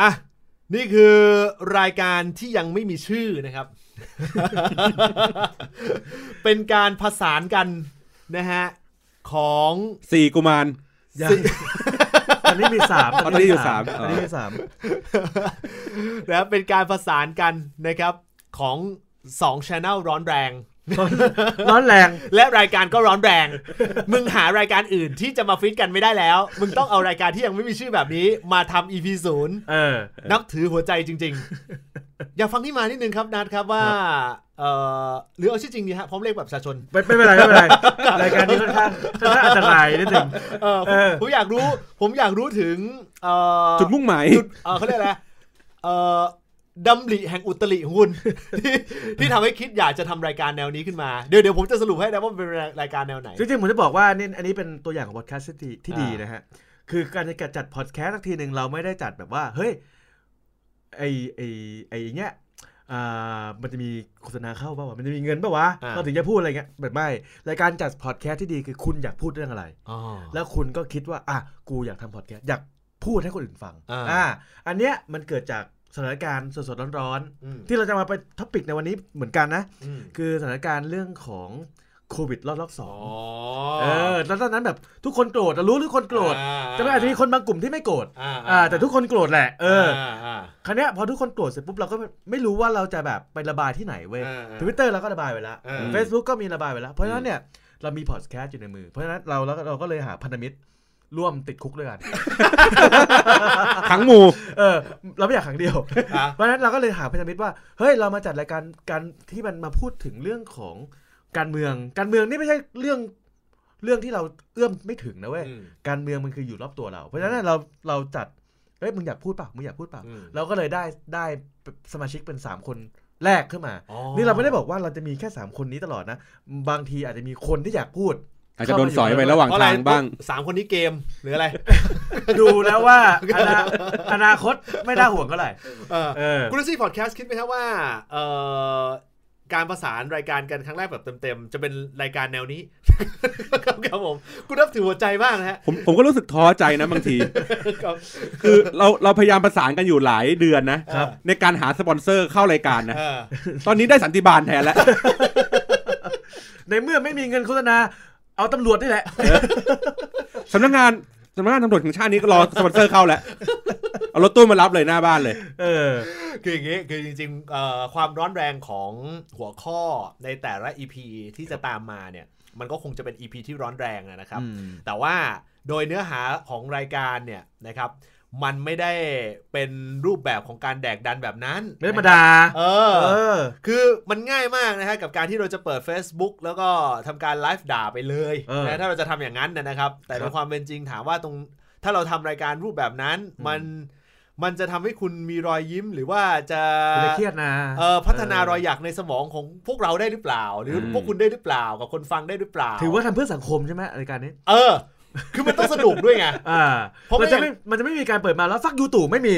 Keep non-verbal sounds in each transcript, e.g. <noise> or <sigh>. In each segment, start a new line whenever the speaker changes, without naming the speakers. อ่ะนี่คือรายการที่ยังไม่มีชื่อนะครับ <laughs> เป็นการผสานกันนะฮะของ
สี่กุมาร
ยังต <laughs> อนนี้มีสาม
อ๋อตอนนี้อยู่สาม
ตอนนี้มีสาม
นะครับเป็นการผสานกันนะครับของสองช anel ร้อนแรง
ร้อนแรง
และรายการก็ร้อนแรง <laughs> มึงหารายการอื่นที่จะมาฟิตกันไม่ได้แล้ว มึงต้องเอารายการที่ยังไม่มีชื่อแบบนี้มาทำ EP ศูนย์
เออ
นับถือหัวใจจริง ๆ <laughs> อยากฟังที่มานิดนึงครับนัดครับว่าเอ่อหรือเอาชื่อจริงดีฮะพร้อมเลขแบบประชาชน
ไม่ไม่เป็นไรไม่เป็นไร รายการนี้ค่อนข้างค่อนข้างอันตรายนิดหนึ่ง
เออผม
เออ
ผมอยากรู้ ผมอยากรู้ถึงเอ่อ
จุดมุ่งหมาย
จุดเออเขาเรียกอะไรเอ่อดำริแห่งอุตริของคุณ ที่ที่ทำให้คิดอยากจะทำรายการแนวนี้ขึ้นมา เดี๋ยวเดี๋ยวผมจะสรุปให้นะว่ามันเป็นรายการแนวไหน
จริงๆผมจะบอกว่านี่อันนี้เป็นตัวอย่างของพอดแคสต์ที่ที่ดี
อ่าน
นะฮะ คือการจะจัดพอดแคสต์สักทีหนึ่งเราไม่ได้จัดแบบว่า เฮ้ย ไอไอไออย่างเงี้ยอ่ามันจะมีโฆษณาเข้าเปล่าวะมันจะมีเงินเปล่าวะ
อ่า
เราถึงจะพูดอะไรเงี้ยแบบไม่รายการจัดพอดแคสต์ที่ดีคือคุณอยากพูดเรื่องอะไร
อ๋อ
แล้วคุณก็คิดว่า อ่ะ กูอยากทำพอดแคสต์อยากพูดให้คนอื่นฟัง
อ่า
อันเนี้ยมันเกิดจากสถานการณ์สดๆร้อน
อืม
ๆ ที่เราจะมาไปท็อปิกในวันนี้เหมือนกันนะ
อืม
คือสถานการณ์เรื่องของโควิดรอบรอบสอ
อ๋อ
งเออแล้วตอนนั้นแบบทุกคนโกรธเรารู้ทุกคนโกรธ
อ่
จะไม่อาจจะมีคนบางกลุ่มที่ไม่โกรธ
อ่า
อ่า แต่ทุกคนโกรธแหละเอออา
อ่า
คราวเนี้ยพอทุกคนโกรธเสร็จปุ๊บเราก็ไม่รู้ว่าเราจะแบบไประบายที่ไหนเว้ย
อ่าอ่า
ทวิตเตอร์เราก็ระบายไปแล้ว
เออ
เฟซบุ๊กก็มีระบายไปแล้ว เพราะฉะนั้นเนี่ยเรามีพอดแคสต์อยู่ในมือ เพราะฉะนั้นเราเราเราก็เลยหาพันธมิตรร่วมติดคุกด้วยกัน <laughs>
ขังหมู่
เออเราไม่อยากขังเดียว <laughs>
อ่ะ
เพราะฉะนั้นเราก็เลยหาพันธมิตรว่าเฮ้ยเรามาจัดรายการการที่มันมาพูดถึงเรื่องของการเมืองการเมืองนี่ไม่ใช่เรื่องเรื่องที่เราเอื้อมไม่ถึงนะเว้ย
อืม
การเมืองมันคืออยู่รอบตัวเรา เพราะฉะนั้นเราเราจัด เอ้ยมึงอยากพูดเปล่ามึงอยากพูดเปล่า
อืม
เราก็เลยได้ได้สมาชิกเป็น 3 คนแรกขึ้นมา
อ๋อ
นี่เราไม่ได้บอกว่าเราจะมีแค่ 3 คนนี้ตลอดนะ บางทีอาจจะมีคนที่อยากพูด
อาจจะโดนสอยไประหว่าง
เพระอะไร
ทางบ้าง
สามคนนี้เกมหรืออะไร
ดูแล้วว่าอนาอนาคตไม่น่าห่วงเท่าไหร่
เออ
เออ
คุณลูซี่พอดแคสต์คิดไหมครับว่าเอ่อการประสานรายการกันครั้งแรกแบบเต็มๆ จะเป็นรายการแนวนี้ <laughs> ครับครับผมกูนับถือหัวใจมากนะฮะ
ผมผมก็รู้สึกท้อใจนะบางที <laughs>
ครับ
คือเราเราพยายามประสานกันอยู่หลายเดือนนะ
ครับ
ในการหาสปอนเซอร์เข้ารายการนะ
เออ
ตอนนี้ได้สันติบาลแทนแล้ว <laughs>
ในเมื่อไม่มีเงินโฆษณา เอาตำรวจนี่แหละ
สำนักงานสำนักงานตำรวจแห่งชาตินี้ก็รอสปอนเซอร์เข้าแล้ว <laughs> เอารถตู้มารับเลยหน้าบ้าน
<laughs>
เลย
เออ
คืออย่างงี้คือจริงๆเอ่อความร้อนแรงของหัวข้อในแต่ละ EP ที่จะตามมาเนี่ย มันก็คงจะเป็น EP ที่ร้อนแรงอะนะครับ แต่ว่าโดยเนื้อหาของรายการเนี่ยนะครับ มันไม่ได้เป็นรูปแบบของการแดกดันแบบนั้น
ไม่ธรรมดา
เอ
เอ
อ
อ
คือมันง่ายมากนะฮะกับการที่เราจะเปิด Facebook แล้วก็ทำการไลฟ์ด่าไปเลย
เออ
นะถ้าเราจะทำอย่างนั้นนะนะครับ แต่
ค
ใน
รับ
ความเป็นจริงถามว่าตรงถ้าเราทำรายการรูปแบบนั้น
อืม
มันมันจะทำให้คุณมีรอยยิ้มหรือว่าจะ
อย่าเครียดนะ
เอ่อพัฒนารอย
เออ
ห
อ
ยักในสมองของพวกเราได้หรือเปล่า หรืออ
ม
พวกคุณได้หรือเปล่ากับคนฟังได้หรือเปล่า
ถือว่าทำเพื่อสังคมใช่ไหมรายการนี้
เออ คือมันต้องสนุกด้วยไง
อ่า
เพราะ
มันจะ
ไม่
ไม่ มันจะไม่มีการเปิดมาแล้วฟักยูตู่ไม่มี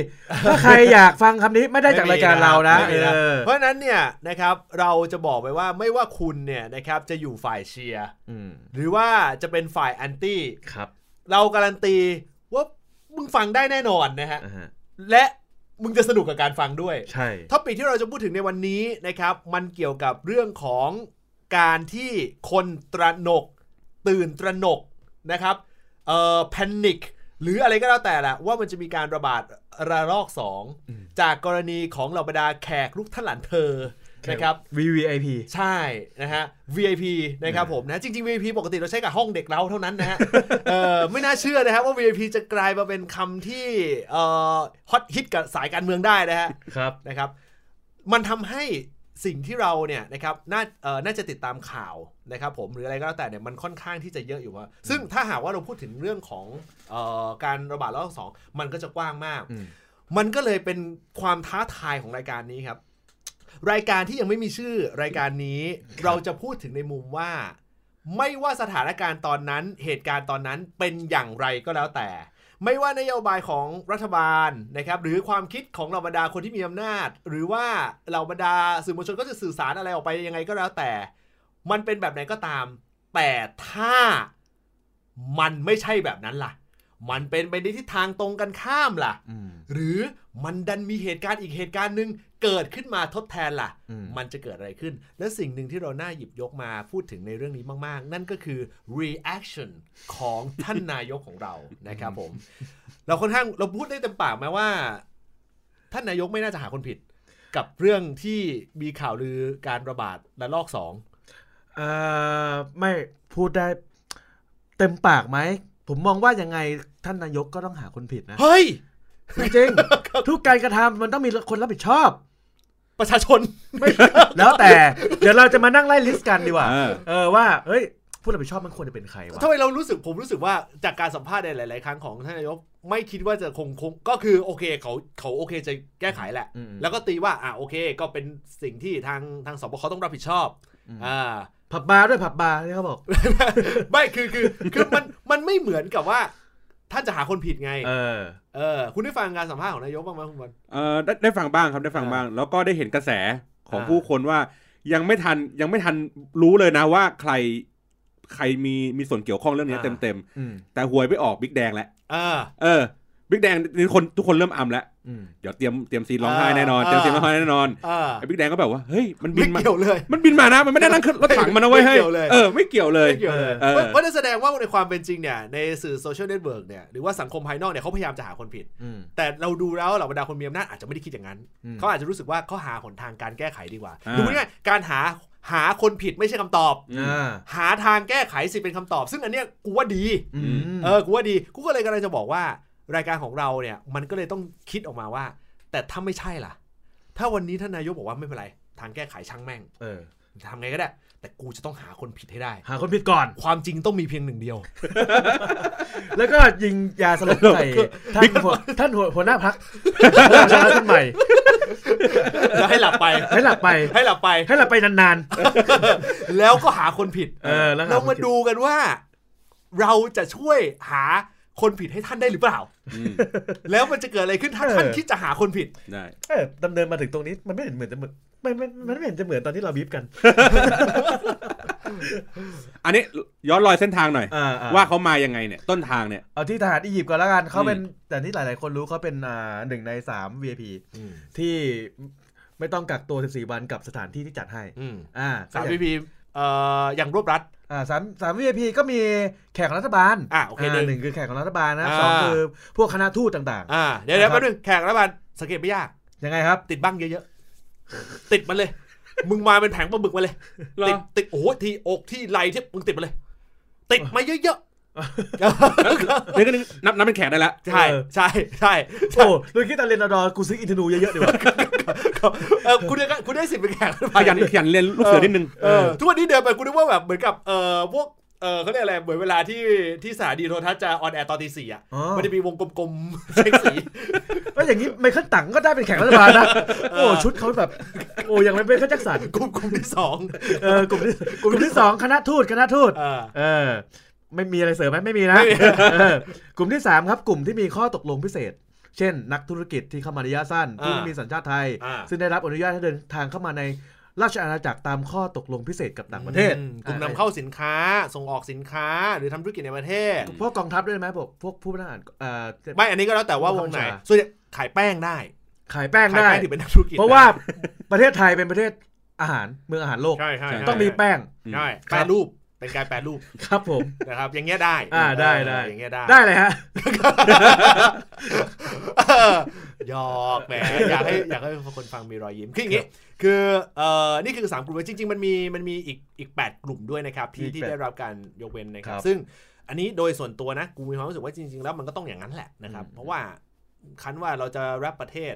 ถ้าใครอยากฟังคำนี้ไม่ได้จากรายการเรานะ
ไม่มี
เอ
นะ
อ
เพราะฉะนั้นเนี่ยนะครับเราจะบอกไปว่าไม่ว่าคุณเนี่ยนะครับจะอยู่ฝ่ายเชียร์
อืม
หรือว่าจะเป็นฝ่ายแอนตี้
ครับ
เราการันตีว่ามึงฟังได้แน่นอนนะฮะ
อ่าฮะ
และมึงจะสนุกกับการฟังด้วย
ใช่
ท็อปิกที่เราจะพูดถึงในวันนี้นะครับ มันเกี่ยวกับเรื่องของการที่คนตระหนก ตื่นตระหนกนะครับเอ่อแพนิคหรืออะไรก็แล้วแต่แหละว่ามันจะมีการระบาดระลอก 2 จากกรณีของเหล่าบรรดาแขกลูกท่านหลานเธอนะครับ
วี VIP
ใช่นะฮะ VIP นะครับผมนะจริงๆ VIP ปกติเราใช้กับห้องเด็กเล้าเท่านั้นนะ <laughs> ฮะ เออไม่น่าเชื่อนะฮะว่า VIP จะกลายมาเป็นคำที่เอ่อฮอตฮิตกับสายการเมืองได้นะฮะ
ครับ
นะครับ มันทำให้สิ่งที่เราเนี่ยนะครับน่าเอ่อน่าจะติดตามข่าวนะครับผมหรืออะไรก็แล้วแต่เนี่ยมันค่อนข้างที่จะเยอะอยู่ว่า ซึ่งถ้าหากว่าเราพูดถึงเรื่องของเอ่อการระบาดรอบสองมันก็จะกว้างมาก
อืม
มันก็เลยเป็นความท้าทายของรายการนี้ครับ รายการที่ยังไม่มีชื่อรายการนี้เราจะพูดถึงในมุมว่า ไม่ว่าสถานการณ์ตอนนั้นเหตุการณ์ตอนนั้นเป็นอย่างไรก็แล้วแต่ ไม่ว่านโยบายของรัฐบาลนะครับ หรือความคิดของเหล่าบรรดาคนที่มีอำนาจ หรือว่าเหล่าบรรดาสื่อมวลชนก็จะสื่อสารอะไรออกไปยังไงก็แล้วแต่ มันเป็นแบบไหนก็ตาม แต่ถ้ามันไม่ใช่แบบนั้นล่ะ มันเป็นไปในทิศทางตรงกันข้ามล่ะ
อืม
หรือมันดันมีเหตุการณ์อีกเหตุการณ์หนึ่งเกิดขึ้นมาทดแทนล่ะ
อืม
มันจะเกิดอะไรขึ้น และสิ่งหนึ่งที่เราน่าหยิบยกมาพูดถึงในเรื่องนี้มาก ๆ นั่นก็คือ reaction ของท่านนายกของ
<laughs>
เรานะครับผม เราค่อนข้างเราพูดได้เต็มปากไหมว่า ท่านนายกไม่น่าจะหาคนผิด กับเรื่องที่มีข่าวลือการระบาดระลอกสอง
เอ่อไม่พูดได้เต็มปากไหม ผมมองว่ายังไงท่านนายกก็ต้องหาคนผิดนะ
เฮ้ย
จริงๆทุกการกระทำมันต้องมีคนรับผิดชอบ
ประชาชน
แล้วแต่ เดี๋ยวเราจะมานั่งไล่ลิสต์กันดีกว่า
เออ
เออว่า เฮ้ย ผู้รับผิดชอบมันควรจะเป็นใครวะ
ทำไมเรารู้สึกผมรู้สึกว่าจากการสัมภาษณ์ในหลาย ๆ ครั้งของท่านนายกไม่คิดว่าจะคงคงก็คือโอเคเขาเขาโอเคจะแก้ไขแหละ
อืม
แล้วก็ตีว่าอ่ะโอเค ก็เป็นสิ่งที่ทางทางสบคต้องรับผิดชอบ
อืม
อ่า
ผับบาร์ด้วยผับบาร์ที่เขาบอก
ไม่คือคือคือมันมันไม่เหมือนกับว่า ท่านจะหาคนผิดไง
เออ
เออ คุณได้ฟังการสัมภาษณ์ของนายกบ้างไหมคุณบอล
เอ่อได้ได้ฟังบ้างครับได้ฟัง
อ่า
บ้าง แล้วก็ได้เห็นกระแสของ
อ่า
ผู้คนว่ายังไม่ทันยังไม่ทันรู้เลยนะว่าใครใครมีมีส่วนเกี่ยวข้องเรื่องนี้
อ่า
เต็มเต็ม
อืม
ๆแต่หวยไปออกบิ๊กแดงแล้ว
เออ
เออบิ๊กแดงนี่คนทุกคนเริ่มอำแล้ว
อืม
เดี๋ยวเตรียมเตรียมซีนร้องไห้แน่นอน
อ่า
เตรียมซีนร้องไห้แน่นอน
เออ
ไอ้บิ๊กแดงก็แบบว่าเฮ้ยมันบิ
ไม่
นมา
เกี่ยวเลย
มันบินมานะมันไม่ได้นั่งขึ้นรถถังมานะเว้ย
ไม่
เฮ้ย
เกี่ยวเลย
เออไม่เกี่ยวเลย
ไม่เกี่ยวเลย
เออ
ว่าว่าจะแสดงว่าในความเป็นจริงเนี่ยในสื่อโซเชียลเน็ตเวิร์กเนี่ยหรือว่าสังคมภายนอกเนี่ยเขาพยายามจะหาคนผิด
อืม
แต่เราดูแล้วเหล่าบรรดาคนมีอำนาจอาจจะไม่ได้คิดอย่างนั้น
อืม
เขาอาจจะรู้สึกว่าเขาหาหนทางการแก้ไขดีกว่า
อ่า
ดูง่ายๆการหาหาคนผิดไม่ใช่คำตอบ
อ่า
หาทางแก้ไขสิเป็นคำตอบ ซึ่งอันเนี้ยกูว่าดี
อืม
เออกูว่าดีกูก็เลยกำลังจะบอกว่า รายการของเราเนี่ย มันก็เลยต้องคิดออกมาว่า แต่ถ้าไม่ใช่ล่ะ ถ้าวันนี้ท่านนายกบอกว่าไม่เป็นไร ทางแก้ไขช่างแม่ง
เออ
ทำไงก็ได้ แต่กูจะต้องหาคนผิดให้ได้
หาคนผิดก่อน
ความจริงต้องมีเพียงหนึ่งเดียว <laughs>
แล้วก็ยิงยาสลบใส่ท่านหัวท่านหัวหัวหน้าพักชาท่านใหม่
แล้วให้หลับไป
ให้หลับไป
ให้หลับไป
ให้หลับไปนาน
แล้วก็หาคนผิด
ๆ เออ แล้วห
เรา
คน
มา
ผิ
ดูกันว่า เราจะช่วยหาคนผิดให้ท่านได้หรือเปล่า
อืม
แล้วมันจะเกิดอะไรขึ้นถ้า
เออ
ท่านคิดจะหาคนผิด
ได้
เออดำเนินมาถึงตรงนี้มันไม่เห็นเหมือนจะเหมือนไม่ไม่มันไม่เห็นจะเหมือนตอนที่เราบีบกัน
อันนี้ย้อนรอยเส้นทางหน่อย
อ่าอ่
ว่าเขามายังไงเนี่ยต้นทางเนี่ย
<laughs>
เอาที่ทหารอียิปต์ก่อนแล้วกันเขาเป็นแต่ที่หลาย ๆ คนรู้เขาเป็นอ่าหนึ่งในสาม VIP ที่ไม่ต้องกักตัว 14 วันกับสถานที่ที่จัดให้
อืม
อ่า
สามพีพีเอ่ออย่างรวบรัด
อ่าสามสาม VIP ก็มีแขกของรัฐบาล
อ่าโอเคหนึ่ง
หนึ่งคือแขกของรัฐบาลนะ
อ่า
สองคือพวกคณะทูตต่าง
อ่าเดี๋ยวเดี๋ยว
ครั
แป๊
บ
บนึงแขกรัฐบาลสังเกตไม่ยาก
ๆ ยังไงครับ
ติดบ้างเยอะๆ ติดมันเลย มึงมาเป็นแผงปลาบึกมาเลย
เหรอ
ติดติดโอ้โหที่อกที่ไหลที่มึงติดมาเลย ติดมาเยอะ
นี่ก็นึกนับนับเป็นแขกได้แล้ว
ๆ ใช่
เออ
ใช่ใช่
โอ้ดูคิดตาเลนอดอร์กูซื้ออินทนูเยอะๆดีกว่า
เออคุณได้คุณได้สิทธิ์เป็นแขกรัฐบา
ข
ล
ยันขยันเรียนลูกเสือนิดนึง
เออทุกวันนี้เดินไปกูนึกว่าแบบเหมือนกับเออพวกเออเขาเรียกอะไรเหมือนเวลาที่ที่สถานีโทรทัศน์จะออนแอร์ตอนตีสี่อ่ะ
อ๋อ
มันจะมีวงกลมๆ <laughs> เช็คสี
ก็อย่างนี้ไมเคิลตังก็ได้เป็นแขกรัฐบาลนะโอ้ชุดเขาแบบโอ้ยังไม่เป็นข้าจักสัน
กลุ่มกลุ่มที่สอง
เออกลุ่มที่กลุ่มที่สองคณะทูตคณะทูต
เออ
เออ ไม่มีอะไรเสริมไหมไม่มีนะ
ไม่มี
เออกลุ่มที่สามครับกลุ่มที่มีข้อตกลงพิเศษ เช่น นักธุรกิจที่เข้ามาระยะสั้นผู้ที่มีสัญชาติไทย
อ่า
ซึ่งได้รับอนุญาตให้เดินทางเข้ามาในราชอาณาจักรตามข้อตกลงพิเศษกับต่างประเทศ
อืมกลุ่มนำเข้าสินค้าส่งออกสินค้าหรือทำธุรกิจในประเทศ
พวกกองทัพด้วยไหมพวกพวกผู้บริหารเอ่อ
ไม่อันนี้ก็แล้วแต่ว่าวงไหน
ผู้บังคับบัญชา
ส่วนใหญ่ขายแป้งได้
ขายแป้ง
ขาย
ได้
แป้งถือเป็นนักธุรกิจ
เพราะ <laughs> ว่าประเทศไทยเป็นประเทศอาหารเมืองอาหารโลก
ใช่ใช่ใช่
ต้องมีแป้ง
ใช่
ครั
แปร
บ
รูปเป็นการแปรรูป
ครับผม
นะครับ อย่างเงี้ยได้
อ่าได้ได้
อย่างเงี้ยได้
ได้เลยฮะ
เออหยอกแหมอยากให้อยากให้คนฟังมีรอยยิ้มคืออย่างงี้ คือเอ่อนี่คือ 3 กลุ่มจริง ๆ มันมีมันมีอีกอีก 8 กลุ่มด้วยนะครับ ที่
อีก
ที่
แปด
ได้รับการยกเว้นนะครับ
ครับ
ซึ่งอันนี้โดยส่วนตัวนะ กูมีความรู้สึกว่าจริง ๆ แล้วมันก็ต้องอย่างนั้นแหละนะครับ
อืม
เพราะว่าคันว่าเราจะแรปประเทศ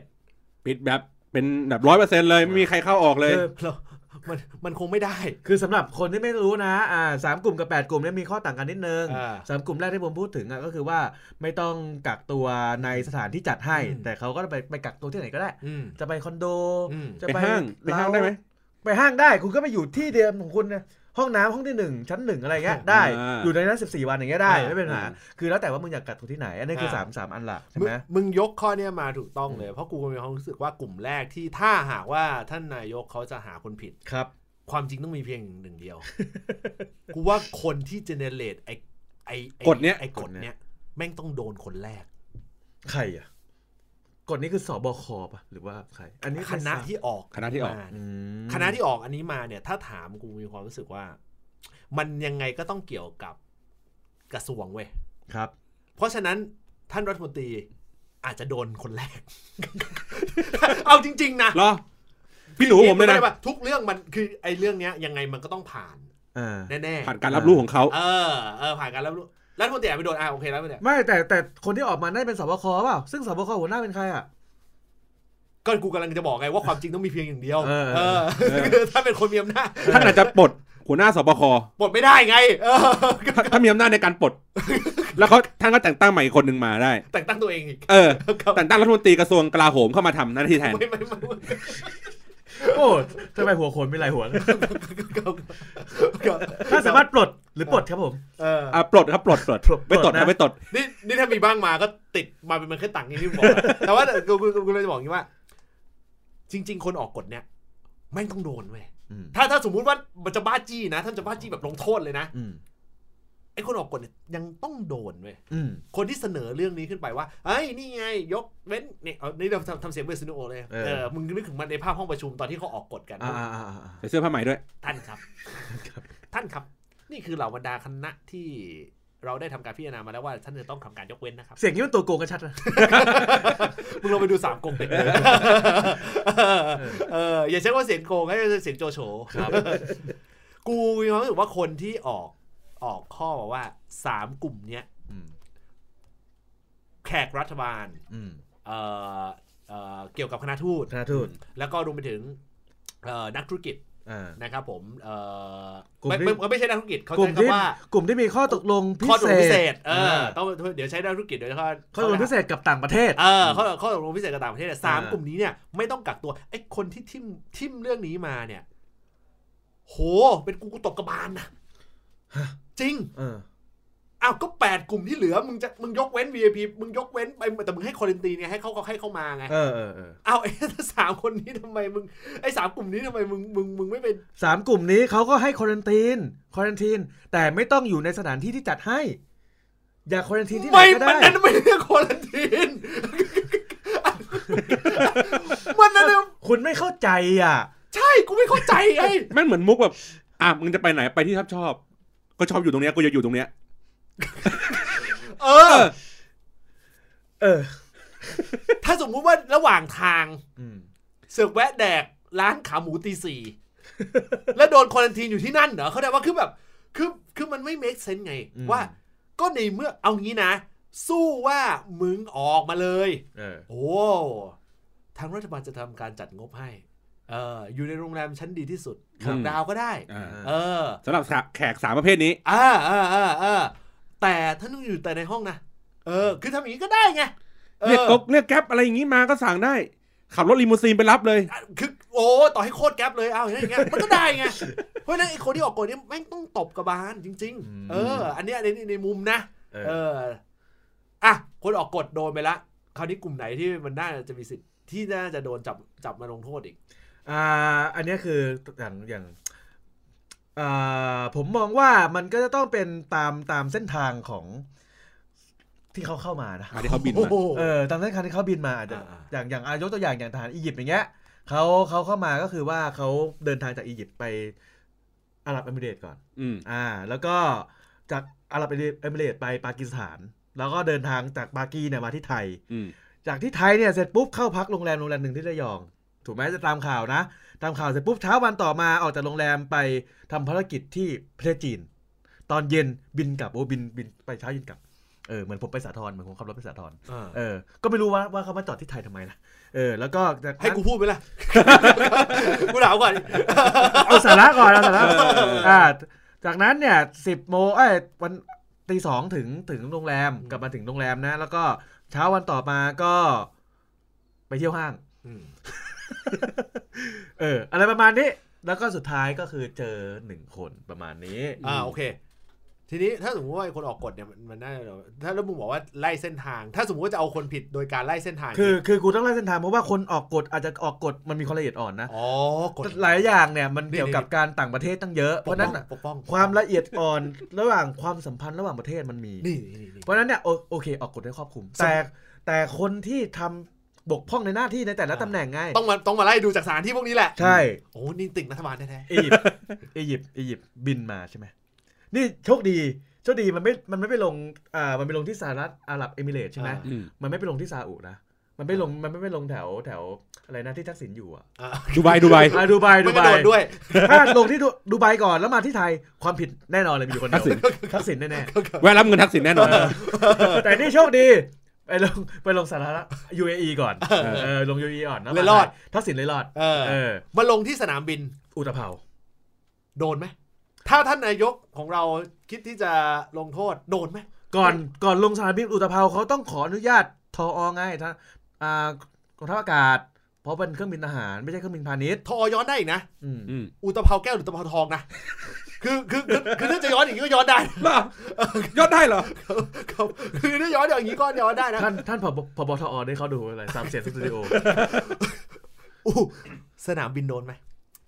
<laughs>
ปิดแบบเป็นแบบร้อยเปอร์เซ็นต์เลย ไม่มีใครเข้าออกเลย
คือ
เรามันมันคงไม่ได้
คือสำหรับคนที่ไม่รู้นะ อ่าสามกลุ่มกับ 8 กลุ่มเนี่ยมีข้อต่างกันนิดนึง
อ่า
สามกลุ่มแรกที่ผมพูดถึงอ่ะก็คือว่าไม่ต้องกักตัวในสถานที่จัดให้
อืม
แต่เขาก็ไปไปกักตัวที่ไหนก็ได้
อืม
จะไปคอนโด
อืม
จะ
ไปห้างไปห้างได้ไหม
ไปห้างได้ คุณก็ไปอยู่ที่เดิมของคุณนะห้องน้ำห้องที่หนึ่งชั้นหนึ่งอะไรเงี้ยได้
อ่า
อยู่ในนั้นสิบสี่วันอย่างเงี้ยได้
อ่า
ไม่เป็นปัญหา
อืม
คือแล้วแต่ว่ามึงอยากกักตัวที่ไหน อันนี้คืออา สามสามอันหลักใช่
มึง
ไหม
มึงยกข้อเนี้ยมาถูกต้องเลย เพราะกูมีความรู้สึกว่ากลุ่มแรกที่ถ้าหากว่าท่านนายกเขาจะหาคนผิด
ครับ
ความจริงต้องมีเพียงหนึ่งเดียว กูว่าคนที่เจเนเรตไอไอไอ้
กฎเนี้ย
ไอกฎเนี้ย แม่งต้องโดนคนแรก
ใครอ่ะกฎนี้คือสบคป่ะหรือว่าใคร อันนี้
คณะ
ไม่ทราบ
ที่ออก
คณะที่ออก
มา
อืม
คณะที่ออกอันนี้มาเนี่ย ถ้าถามกูมีความรู้สึกว่า มันยังไงก็ต้องเกี่ยวกับกระทรวงเว้ย
ครับ
เพราะฉะนั้นท่านรัฐมนตรีอาจจะโดนคนแรก <laughs> เอาจริง ๆ นะ
เหรอ พี่หนูผมเลยนะ
ไได้ว่าทุกเรื่องมันคือไอ้เรื่องเนี้ยยังไงมันก็ต้องผ่าน
อ่า
แน่
ผ่านการรับรู้ของเขา
ๆเออเออผ่านการรับรู้รัฐมนตรีอาจไปโดนอ่ะโอเคแล้วเนี่ย
ไม่แต่แต่คนที่ออกมาได้เป็นสบคเปล่าซึ่งสบคหัวหน้าเป็นใครอ่ะ
ก็กูกำลังจะบอกไงว่าความจริงต้องมีเพียงอย่างเดียว
เออ
คือถ้าเป็นคนมีอำนาจ
ท่านอาจจะปลดหัวหน้าสบค
ปลดไม่ได้ไง เออ
ถ้าถ้ามีอำนาจในการปลด <laughs> แล้วเขาท่านก็แต่งตั้งใหม่อีกคนหนึ่งมาได้
แต่งตั้งตัวเองอีก
เออ
ครับ
แต่งตั้งรัฐมนตรีกระทรวงกลาโหมเข้ามาทำหน้าที่แทน
ไม่ไม่ไม่
โอ้ทำไมหัวโขนไม่ไรหัว
ครับ
ถ้าสามารถปลดหรือปลดครับผม
เออ
อ่ะปลดครับปลดปลด
ปลด
ไม่ตด
ปลดนะ
นะไม่ตด
นี่นี่ถ้ามีบ้างมาก็ติดมาเป็นมันแค่ตังค์นี่ที่ผมบอกอะแต่ว่ากูกูกูเลยจะบอกอย่างนี้ว่า จริง ๆ คนออกกฎเนี่ยแม่งต้องโดนเว้ย
อืม
ถ้าถ้าสมมุติว่ามันจะบ้าจี้นะท่านจะบ้าจี้แบบลงโทษเลยนะ
อืม
ไอ้คนออกกฎเนี่ยยังต้องโดนเว้ย
อืม
คนที่เสนอเรื่องนี้ขึ้นไปว่าเอ้ยนี่ไง ยกเว้นเนี่ยเอานี่เราทำทำเสียงเวสนุโอเลยเออมึงนึกถึงมันในภาพห้องประชุมตอนที่เขาออกกฎกัน
อ่าอ่าอ่าอ่า
ใส่เสื้อผ้าใหม่ด้วย
ท่านครับ ท่านครับ นี่คือเหล่าบรรดาคณะที่เราได้ทำการพิจารณามาแล้วว่าท่านจะต้องทำการยกเว้นนะครับ
เสียงนี้มันตัวโกงกันชัดนะ
มึงลองไปดูสามกงเด็กเลยเอออย่าใช้ว่าเสียงโกงให้เสียงโจโฉ
ครับ
กูมีความรู้สึกว่าคนที่ออกออกข้อมาว่าสามกลุ่มเนี้ย
อืม
แขกรัฐบาล
อืม
เอ่อเอ่อเกี่ยวกับคณะทูต
คณะทูต
แล้วก็รวมไปถึงเอ่อนักธุรกิจ
อ่า
นะครับผมเอ่อก
ลุ่ม
ไม่
ที่
ไม่ไม่ใช่นักธุรกิจเขา
กลุ่ม
ใช้
ที่
คำว่า
กลุ่มที่มีข้อตกลงพิ
ข้อตกลงพิเศษ เอออา ต้องเดี๋ยวใช้ด้านธุรกิจเดี๋ยวข้อ
ข้อตกลงพิเศษกับต่างประเทศ
เออข้อข้อตกลงพิเศษกับต่างประเทศเนี่ยสาม
อ่าก ก
ลุ่มนี้เนี่ยไม่ต้องกักตัวไอ้คนที่ทิมทิมเรื่องนี้มาเนี่ย โห เป็นกูกูตบกระบาลนะจริง
เออ
อ้าวก็แปดกลุ่มที่เหลือมึงจะมึงยกเว้น VIP มึงยกเว้นไปแต่มึงให้ควอรันตีเนี่ยให้เขาเขาให้เข้ามาไง
เออเออเออ
อ้าวไอ้ <laughs> สามคนนี้ทำไมมึงไอ้สามกลุ่มนี้ทำไมมึงมึงมึงไม่เป็น
สามกลุ่มนี้เขาก็ให้ควอรันตีนควอรันตีน แต่ไม่ต้องอยู่ในสถานที่ที่จัดให้ อยากควอรันตีนที่ไหน
ไม่
ก็
มัน
ได้
นั้นไม่เรียกควอรันทีน มันนั้นเรียก
คุณไม่เข้าใจอ่ะ
ใช่ กูไม่เข้าใจไง
แม่นเหมือนมุกแบบ อ่ะมึงจะไปไหนไปที่ชอบชอบ ก็ชอบอยู่ตรงเนี้ยกูจะอยู่ตรงเนี้ย
เอ
เอ
อ
อ
เออ
ถ้าสมมุติว่าระหว่างทาง
อืม
เสือกแวะแดก ร้านขาหมูตีสี่แล้วโดนควอลันทีนอยู่ที่นั่นเหรอ เขาได้ว่าคือแบบ คือคือมันไม่ make sense ไง
อืม
ว่า ก็ในเมื่อเอางี้นะ สู้ว่ามึงออกมาเลย
เออ
โอ้ทางรัฐบาลจะทำการจัดงบให้ เอออยู่ในโรงแรมชั้นดีที่สุด
ครับ
ดาวก็ได้
อ่า
เออ
สำหรับแขกสามประเภทนี้
อ่าอ่าอ่าอ่าแต่ท่านต้องอยู่แต่ในห้องนะ เออ คือทำอย่างนี้ก็ได้ไงออ
เรียกกกเรียกแก๊ปอะไรอย่างงี้มาก็สั่งได้ ขับรถลิมูซีนไปรับเลย
อ่ะคือโอ้ต่อให้โคตรแก๊ปเลยเอาอย่างเงี้ยมันก็ได้ไง เพราะฉะนั้นไอ้คนที่ออกกฎเนี่ยแม่งต้องตบกระบาลจริง
อืม
ๆ เออ อันเนี้ยในในในมุมนะ
เอ
เอ
อ
ออ่ะคนออกกฎโดนไปละคราวนี้กลุ่มไหนที่มันน่าจะมีสิทธิ์ที่น่าจะโดนจับจับมาลงโทษอีก
อ่า อันเนี้ยคืออย่างอย่างอ่าผมมองว่ามันก็จะต้องเป็นตามตามเส้นทางของที่เขาเข้ามานะ
อ่ะที่เขาบิน
โอ้
มา
โห
เออตามเส้นทางที่เขาบินมาอาจจะ
อ่า
อย่างอย่างอายกตัวอย่างอย่างทหารอียิปต์อย่างเงี้ยเขาเขาเข้ามาก็คือว่าเขาเดินทางจากอียิปต์ไปอาหรับเอมิเรตส์ก่อน
อืม
อ่า แล้วก็จากอาหรับเอมิเรตส์ไปปากีสถาน แล้วก็เดินทางจากปากีเนี่ยมาที่ไทย
อืม
จากที่ไทยเนี่ยเสร็จปุ๊บเข้าพักโรงแรมโรงแรมหนึ่งที่ระยอง ถูกไหมจะตามข่าวนะ ตามข่าวเสร็จปุ๊บเช้าวันต่อมาออกจากโรงแรมไปทำภารกิจที่ประเทศจีน ตอนเย็นบินกลับโอ้บินบินไปเช้าเย็นกลับเออเหมือนผมไปสาทรเหมือนผมขับรถไปสาทร
อ่า
เออก็ไม่รู้ว่าว่าเขามาจอดที่ไทยทำไมนะเออแล้วก็จากนั้น
ให้กูพูดไปละ กูถามก่อน
เอาสาระก่อนเอาสาระอ่าจากนั้นเนี่ยสิบโมงเอ้ยวันตีสองถึงถึงโรงแรมกลับมาถึงโรงแรมนะ แล้วก็เช้าวันต่อมาก็ไปเที่ยวห้าง
อืม
เอออะไรประมาณนี้ แล้วก็สุดท้ายก็คือเจอหนึ่งคนประมาณนี้
อ่าโอเค ทีนี้ถ้าสมมติว่าไอ้คนออกกฎเนี่ยมันมันน่าจะถ้าแล้วมึงบอกว่าไล่เส้นทาง ถ้าสมมติว่าจะเอาคนผิดโดยการไล่เส้นทาง
คือคือกูต้องไล่เส้นทางเพราะว่าคนออกกฎอาจจะออกกฎมันมีความละเอียดอ่อนนะ
อ๋อกฎ
หลายอย่างเนี่ยมัน
นี่
เกี่ยวกับการต่างประเทศตั้งเยอะเพ
ปก
ราะฉะ
ป้
นั้
อง
นน่ะ
ปกป้อง
ความละเอียดอ่อนระหว่างความสัมพันธ์ระหว่างประเทศมันมี
นี่นี่นี่
เพราะฉะนั้นเนี่ยโอโอเคออกกฎได้ครอบคลุม
สม
แต่แต่คนที่ทำบกพร่องในหน้าที่ในแต่ละตำแหน่งไง
ต้องมาต้องมาไล่ดูจากสถารที่พวกนี้แหละ
ใช่
โอ้นี่ติ่งรัฐบาลแท้
อียิปต์ <laughs> อียิปต์อียิปต์บินมาใช่ไหมนี่โชคดีโชคดีมันไม่มันไม่ไปลงอ่ามันไปลงที่สหรัฐอาหรับเอมิเรตส์
ๆ
ใช่ไหม
อืม
มันไม่ไปลงที่ซาอุนะ มันไม่ลง มันไม่ไปลงแถวแถวอะไรนะที่ทักษิณอยู่อะ
อ่า
ดูไบดูไบ
อ่ะดูไบดู
ไม่ก
ไบ
ระโดดด้วย <laughs>
ถ้าลงที่ดูดูไบก่อนแล้วมาที่ไทยความผิดแน่นอนเลยมีอยู่คนเดียวทักษิณแน่
แวะรับเงินทักษิณแน่นอน
ๆแต่นี่โชคดี ไปลงไปลงสาธารณะ UAE ก่อนเออลง UAE ก่อนนะ
เลยรอด
ทักษิณเลยรอด
เออ
เออ
มาลงที่สนามบิน
อุตภเปา
โดนไหมถ้าท่านนายกของเราคิดที่จะลงโทษโดนไหม
ก่อนก่อนลงสนามบินอุตภเปาเขาต้องขออนุญาตทอไงท่าอ่ากองทัพอากาศ เพราะเป็นเครื่องบินทหาร ไม่ใช่เครื่องบินพาณิชย์
ทอย้อนได้อีกนะ
อืม
อืม
อุตภเปาแก้วหรืออุตภเปาทองนะ คือคือคือคือถ้าจะย้อนอย่างนี้ก็ย้อนได้
เหรอ ยอดได้เหรอ
ครับ <laughs> คือถ้าย้อนอย่างนี้ก็ย้อนได้นะ
ท่านท่านผบผบทอได้เขาดูอะไรสามเสียงสตูดิโอ <laughs>
อู้สนามบินโดนไหม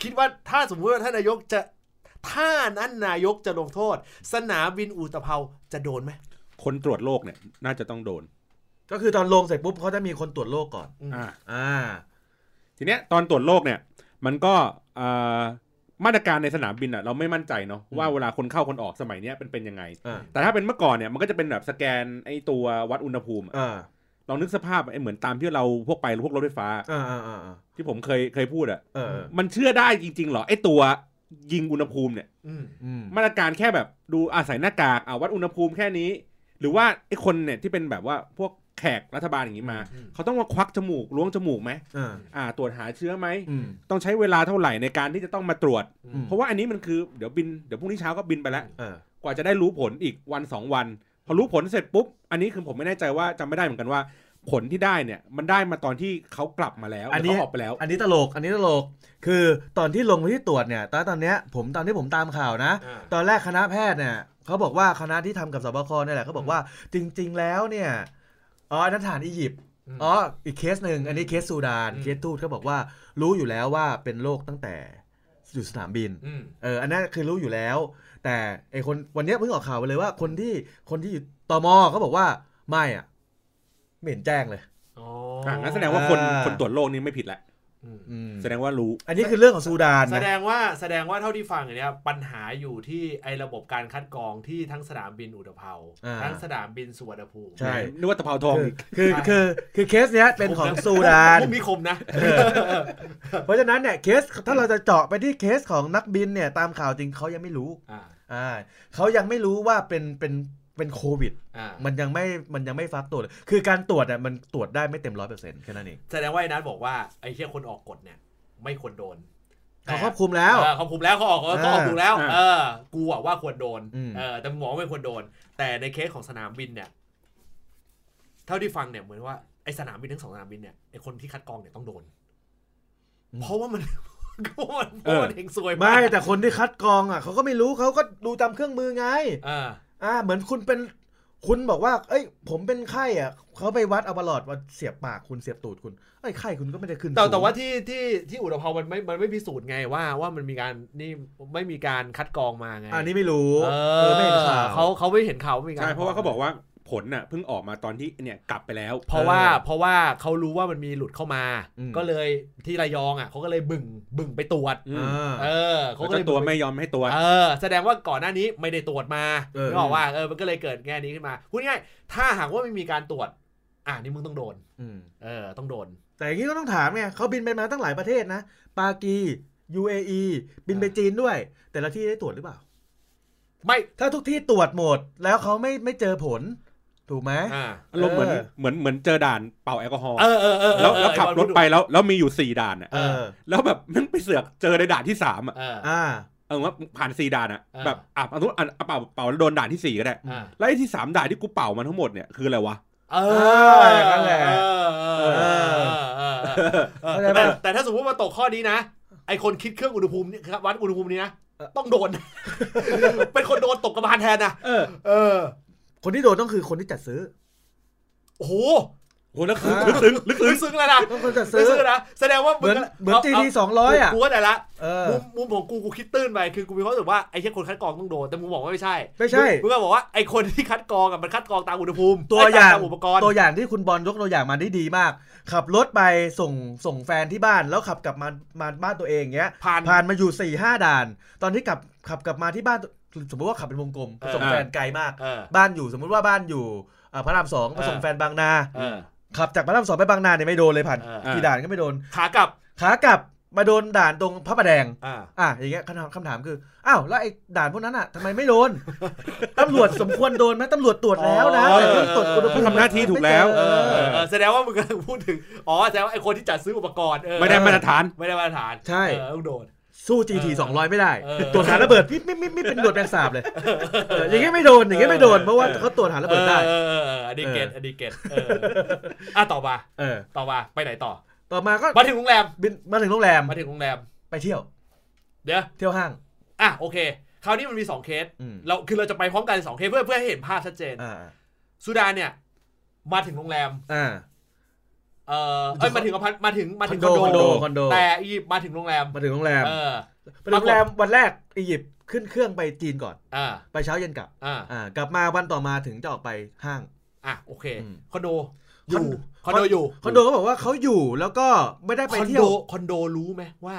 คิดว่าถ้าสมมติว่าท่านนายกจะถ้านั้นนายกจะลงโทษ สนามบินอุตภเปาจะโดนไหม
คนตรวจโรคเนี่ย น่าจะต้องโดน
ก็คือตอนลงเสร็จปุ๊บเขาจะมีคนตรวจโรคก่อน
อ่า
อ่า
ทีเนี้ยตอนตรวจโรคเนี่ย มันก็เอ่อมาตรการในสนามบินอ่ะเราไม่มั่นใจเนาะ
อืม
ว่าเวลาคนเข้าคนออกสมัยเนี้ยเป็นเป็นยังไง
อ่า
แต่ถ้าเป็นเมื่อก่อนเนี่ยมันก็จะเป็นแบบสแกนไอตัววัดอุณหภูมิอะ
อ่า
ลองนึกสภาพไอเหมือนตามที่เราพวกไปพวกรถไฟฟ้า
อ่าอ่าอ่า
ที่ผมเคยเคยพูดอ่ะ
เออ
มันเชื่อได้จริงๆเหรอไอตัวยิงอุณหภูมิเนี่ย
อืม
อืม
มาตรการแค่แบบดูอาศัยหน้ากากอ่าวัดอุณหภูมิแค่นี้ หรือว่าไอคนเนี่ยที่เป็นแบบว่าพวกแขกรัฐบาลอย่างนี้มา
อืม
เขาต้องมาควักจมูกล้วงจมูกไหม
อ่า
อ่า ตรวจหาเชื้อไหม
อืม
ต้องใช้เวลาเท่าไหร่ในการที่จะต้องมาตรวจ
อื
อื
ม
ม
เพราะว่าอันนี้มันคือเดี๋ยวบินเดี๋ยวพรุ่งนี้เช้าก็บินไปแล้ว
เออก
ว่าจะได้รู้ผลอีกวันสองวัน พอรู้ผลเสร็จปุ๊บ อันนี้คือผมไม่แน่ใจว่าจำไม่ได้เหมือนกันว่า ผลที่ได้เนี่ยมันได้มาตอนที่เขากลับมาแล้ว
อัน
หรื
นี้
เขาออกไปแล้ว
อันนี้ตลก อันนี้ตลก คือตอนที่ลงไปที่ตรวจเนี่ย ตอนตอนเนี้ยผมตอนที่ผมตามข่าวนะ
อ่า
ตอนแรกคณะแพทย์เนี่ยเขาบอกว่าคณะที่ทำกับสบคเนี่ยแหละเขาบอกว่าจริง ๆ แล้วเนี่ยอ๋ออันนันฐานอียิปต์
อืม
อ๋ออีกเคสหนึ่งอันนี้เคสซูดาน
อืม
เคสทูตเขาบอกว่ารู้อยู่แล้วว่าเป็นโรคตั้งแต่อยู่สนามบิน
อืม
เอออันนั้นคือรู้อยู่แล้ว แต่ไอคนวันเนี้ยเพิ่งออกข่าวไปเลยว่าคนที่คนที่อยู่ตมเขาบอกว่าไม่อ่ะไม่เห็นแจ้งเลย
อ๋อ
อ่ะ
อ่ะ
งั้นแสดงว่าคน
อ่า
คนตรวจโรคนี่ไม่ผิดละ
อืม
อืม
แสดงว่ารู้
อันนี้คือเรื่องของซูดาน
แส
นะ
ดงว่าแสดงว่าเท่าที่ฟังเนี่ยปัญหาอยู่ที่ไอ้ระบบการคัดกรองที่ทั้งสนามบินอุตภเปาทั้งสนามบินสุวรรณภูมิ
ใช่
นึกว่าตะเภาทองอีก
คือคือคือเคสเนี้ยเป็นของซูดาน
มุกนิคมนะ
เพราะฉะนั้นเนี่ยเคสถ้าเราจะเจาะไปที่เคสของนักบินเนี่ยตามข่าวจริงเขายังไม่รู้
อ่า
อ่าเขายังไม่รู้ว่าเป็นเป็นเป็นโควิด
อ่า
มันยังไม่มันยังไม่ฟักตัวเลยคือการตรวจเนี่ยมันตรวจได้ไม่เต็มร้อยเปอร์เซ็นต์แค่นั้นเอง
แสดงว่าไอ้นัทบอกว่าไอ้เหี้ยคนออกกฎเนี่ย ไม่ควรโดน
เขาครอบคลุมแล้ว
เออเขาคุมแล้วเขาออกเออเขาออก
อ่า
ถูกแล้ว
อ่า
เออ กูอะว่าควรโดน
อืม
เออ แต่หมอไม่ควรโดน แต่ในเคสของสนามบินเนี่ย เท่าที่ฟังเนี่ยเหมือนว่าไอ้สนามบินทั้งสองสนามบินเนี่ยไอ้คนที่คัดกรองเนี่ยต้องโดน เพราะว่ามัน <laughs> เพราะว่ามันเพราะว่ามันเองซวย
ไม่แต่คนที่คัดกรองอ่ะเขาก็ไม่รู้เขาก็ดูตามเครื่องมือไง
อ่า
อ่าเหมือนคุณเป็นคุณบอกว่า เอ้ย ผมเป็นไข้อ่ะเขาไปวัดเอาประหลอดว่าเสียบปากคุณเสียบตูดคุณเอ้ยไข้คุณก็ไม่ได้ขึ้น
แต่แต่
สูง
ว่าที่ที่ที่อุตภาวมันไม่มันไม่พิสูจน์ไงว่าว่ามันมีการนี่ไม่มีการคัดกรองมาไง
อันนี้ไม่รู้
เอ
เอ
อ
อไม่เห็นข่าว
เขาเขาไม่เห็นข่าวว่มีก
ใช่เพราะว่าเขาบอกว่าผลน่ะเพิ่งออกมาตอนที่เนี่ยกลับไปแล้ว
เพราะว่า
เออ
เพราะว่าเขารู้ว่ามันมีหลุดเข้ามา
อืม
ก็เลยที่ระยองอ่ะเขาก็เลยบึ่งบึ่งไปตรวจ
อืม
อ่า
เออ
เขา
เขา
ก็
ก็
เล
เลย ย
ตัว
บึ่ง
ไม่ยอมให้ตัว
เออ แสดงว่าก่อนหน้านี้ไม่ได้ตรวจมา
เออ
นึก็บอกว่าเออมันก็เลยเกิดแง่นี้ขึ้นมาพูดง่ายๆถ้าหากว่าไม่มีการตรวจ อ่ะนี่มึงต้องโดน
อืม
เออต้องโดน
แต่อย่างนี้ก็ต้องถามไงเขาบินไปมาตั้งหลายประเทศนะ ปากี UAE บินไปจีนด้วย แต่ละที่ได้ตรวจหรือเปล่า
ไม่
ถ้าทุกที่ตรวจหมด แล้วเขาไม่ไม่เจอผล ถูกไหม
อ่า
อารมณ์เหมือน
เออ
เหมือนเหมือนเจอด่านเป่าแอลกอฮอล์
เออเออเออเออ
แล้วแล้ว
เออ
ขับ
อ้น
รถไปแล้วแล้วมีอยู่สี่ด่านอ่ะ
เออ
แล้วแบบ <laughs> แมันไปเสือกเจอในด่านที่สามอ่ะ
เออ
อ่า
เออว่าผ่านสี่ด่านอ่ะ
เออ
แบบอ่ะเอาทุกอันเอาเป่าเป่าแล้วโดนด่านที่สี่ก็ได้
อ่า
แล้วไอ้ที่สามด่านที่กูเป่ามาทั้งหมดเนี่ยคืออะไรวะ
เอ
ออย่างนั้นแหละ
เออเออเออเออเออ
เข้าใจ
แต่
ปะ
แต่ถ้าสมมติว่าตกข้อนี้นะ ไอคนคิดเครื่องอุณหภูมินี่ครับวัดอุณหภูมินี้นะ ต้องโดน <laughs> เป็นคนโดนตกกระบาลแทนนะ
เออ
เออ
คนที่โดนต้องคือคนที่จัดซื้อ
โอ้โห
โหแล้วคือลึกซึ้งลึก
ลึ
ซึ้
กซึ้
ง
งแล้วนะ
ต้องคนจัด
ลึ
ซื้
ก
อ
ซึ้งนะแสดงว่า
เหมือน
ก็
เหมือน GT
าา
สองร้อยอ่ะ
กูกูก็ได้ละ
เออ
มุมมุมของกูกูคิดตื้นไปคือกูมีความรู้สึกว่าไอ้เช่คนคัดกรองต้องโดนแต่มึงบอกว่าไม่ใช่
ไม่ใช่
มึงก็บอกว่าไอ้คนที่คัดกรองอะมันคัดกรองตามอุณหภูมิ
ตัวอย่าง
ไตมอุปกรณ์
ตัวอย่างที่คุณบอลยกตัวอย่างมาได้ดีมาก ขับรถไปส่งส่งแฟนที่บ้านแล้วขับกลับมามาบ้านตัวเองเงี้ย
ผ่าน
ผ่านมาอยู่4ี่ห้าด่าน ตอนที่กลับขับกลับมาที่บ้านสมมติว่าขับเป็นวงกลมไป
เออ
ส่งแฟนไกลมาก
เออ
บ้านอยู่สมมติว่าบ้านอยู่อ่าพระรามสองไปส่ง
เออ
แฟนบางนา
เออ
ขับจากพระรามสองไปบางนาเนี่ยไม่โดนเลยผ่าน
เออ
อ
กี่ด่านก็ไม่โดน
ขากลับ
ขากลับมาโดนด่านตรงพระประแดง
อ่า
อ่ะอย่างเงี้ยคำถามคำถามคืออ้าวแล้วไอ้ด่านพวกนั้นอ่ะทำไมไม่โดน <laughs> ตำรวจสมควรโดนไหมตำรวจตรวจแล้วนะ
อ๋อ
แต่เพิ่งตรวจอุณหภูมิ
ทำหน้าที่ถูกแล้ว
เออ
เออเออแสดงว่ามึงกำลังพูดถึงอ๋อแสดงว่าไอ้คนที่จัดซื้ออุปกรณ์เออ
ไม่ได้มาตรฐาน
ไม่ได้มาตรฐาน
ใช่
เออต้องโดน
สู้ GT 200 ไม่ได้
เออ
ตรวจหาระเบิดปิ๊บปิ๊บปิ๊บปิ๊บเป็นหนวดแมงสาบเลยเอออย่างเงี้ยไม่โดนอย่างเงี้ยไม่โดนเพราะว่า
เออ
เขาตรวจหาระเบิดได้
ออเออเอออันนี้เกต
เอออั
อันนี้เกตเอออ่ะต่อมา
เออ
ต่อมาไปไหนต่อ
ต่อมาก็
มาถึงโรงแรม
บินมาถึงโรงแรม
มาถึงโรงแรม
ไปเที่ยว
เดี๋ยว
เที่ยวห้าง
อ่ะโอเค คราวนี้มันมี 2 เคส
อืม
เราคือเราจะไปพร้อมกันสองเคสเพื่อเพื่อให้เห็นภาพชัดเจน
อ่า
สุดาเนี่ย มาถึงโรงแรม
อ่า
เออเอ้ยมาถึงอพาร์ตมาถึงมาถึง
คอนโดคอนโด
แต่อียิปต์มาถึงโรงแรม
มาถึงโรงแรม
เออ
ไปถึงโรงแรมวันแรกอียิปต์ขึ้นเครื่องไปจีนก่อน
อ่า
ไปเช้าเย็นกลับ
อ่า
อ่ากลับมาวันต่อมาถึงจะออกไปห้าง
อ่ะโอเค
อืม
คอนโด
อยู่
คอนโดอยู่
คอนโดก็บอกว่าเขาอยู่แล้วก็ไม่ได้
ค
ไป
อน
เที่ย
โด
ว
คอนโดรู้ไหมว่า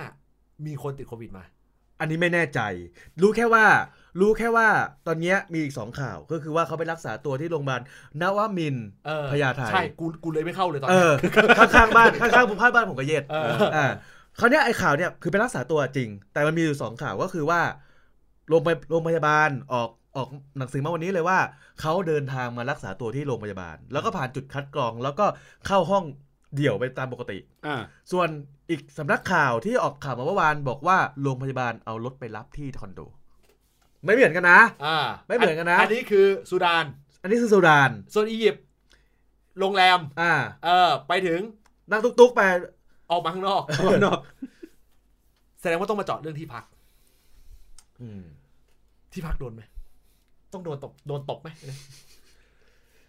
มีคนติดโควิดมา
อันนี้ไม่แน่ใจ รู้แค่ว่า รู้แค่ว่าตอนเนี้ยมีอีกสองข่าว ก็คือว่าเขาไปรักษาตัวที่โรงพยาบาลนวมินทร์
เออ
พญาไท
ใช่กูกูเลยไม่เข้าเลยตอน
เอ
นี้
อ ข้างๆบ้านข้างๆผมพาดบ้านผมกับเยศ
เออ
อ่าคราวเนี้ยไอ้ข่าวเนี่ยคือไปรักษาตัวจริง แต่มันมีอยู่สองข่าวก็คือว่าโรงพยโรงพยาบาลออกออกหนังสือมาวันนี้เลยว่าเขาเดินทางมารักษาตัวที่โรงพยาบาล แล้วก็ผ่านจุดคัดกรอง แล้วก็เข้าห้องเดี่ยวไปตามปกติ
อ่า
ส่วนอีกสำนักข่าวที่ออกข่าวมาเมื่อวานบอกว่าโรงพยาบาลเอารถไปรับที่คอนโด ไม่เหมือนกันนะ
อ่า
ไม่เหมือนกันนะ
อันนี้คือสุดาน
อันนี้คือสุดาน
ส่วนอียิปต์โรงแรม
อ่า
เออ ไปถึง
นั่งตุ๊กๆไป
ออกมาข้างนอก
ข้างนอก
แสดงว่าต้องมาเจาะเรื่องที่พัก
อืม
ที่พักโดนไหม ต้องโดนตกโดนตกไหม
<laughs>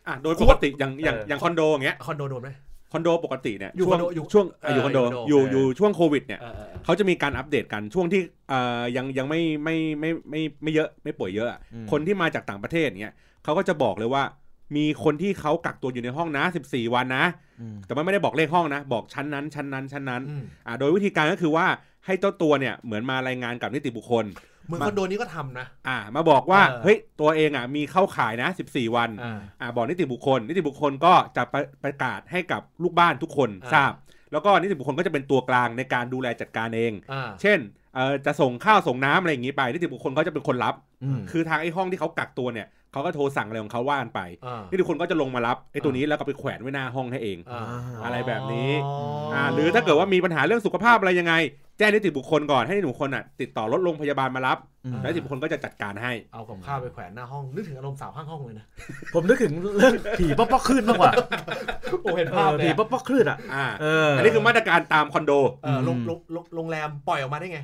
อ่ะโดยปกติอย่างอย่างอย่างคอนโดอย่างเงี้ย
คอนโดโดนไหม
คอนโดปกติเนี่ย
อยู่
ช่
คอนโดอยู่
วงช่วงอ่ะอยู่
เออ
คอนโด
อ
อยู่ ยู่
คอนโด
อยู่ช่วงโควิดเนี่ย
เออเออเออ
เขาจะมีการอัปเดตกันช่วงที่เอ่อยังยังไม่ไม่ไม่ไม่ไม่ไม่เยอะไม่ป่วยเยอะอะคนที่มาจากต่างประเทศเงี้ยเขาก็จะบอกเลยว่า มีคนที่เขากักตัวอยู่ในห้องนะ 14 วันนะ
อืม
แต่ว่าไม่ได้บอกเลขห้องนะ บอกชั้นนั้น ชั้นนั้นชั้นนั้น
อืม
อ่าโดยวิธีการก็คือว่าให้เจ้าตัวเนี่ยเหมือนมารายงานกับนิติบุคคล
เหมือน
มา
คอนโดนี้ก็ทำนะ
อ่ามาบอกว่า
เออ
เฮ้ยตัวเองอ่ะมีเข้าขายนะ 14 วัน
อ่า
อ่าบอกนิติบุคคล นิติบุคคลก็จะประประกาศให้กับลูกบ้านทุกคน
อ่า
ทราบ แล้วก็นิติบุคคลก็จะเป็นตัวกลางในการดูแลจัดการเอง
อ่า
เช่นเอ่อจะส่งข้าวส่งน้ำอะไรอย่างนี้ไปนิติบุคคลเขาจะเป็นคนรับ
อืม
คือทางไอ้ห้องที่เขากักตัวเนี่ยเขาก็โทรสั่งอะไรของเขาว่ากันไป
อ่า
นิติบุคคลก็จะลงมารับไอ้ตัวนี้แล้วก็ไปแขวนไว้หน้าห้องให้เอง
อ่า
อะไรแบบนี้
อ๋ออ่
อ่าหรือถ้าเกิดว่ามีปัญหาเรื่องสุขภาพอะไรยังไง แจ้งนิติบุคคลก่อนให้นิติบุคคลอ่ะติดต่อรถโรงพยาบาลมารับ
อืม
แล้วนิติบุคคลก็จะจัดการให้
เอากับข้าวไปแขวนหน้าห้อง นึกถึงอารมณ์สาวข้างห้องเลยนะ
ผมนึกถึงเรื่องผีป๊อกป๊อกคลื่นมากกว่า
โอ้เห็น
เอ
ภาพ
อ
เลย
ผี
อะ
ป๊อกป๊อกคลื่นอ่ะ
อ่า
เอออั
นนี้คือมาตรการตามคอนโด
เออโรงโรงโรงโรงแรมปล่อยออกมาได้ไง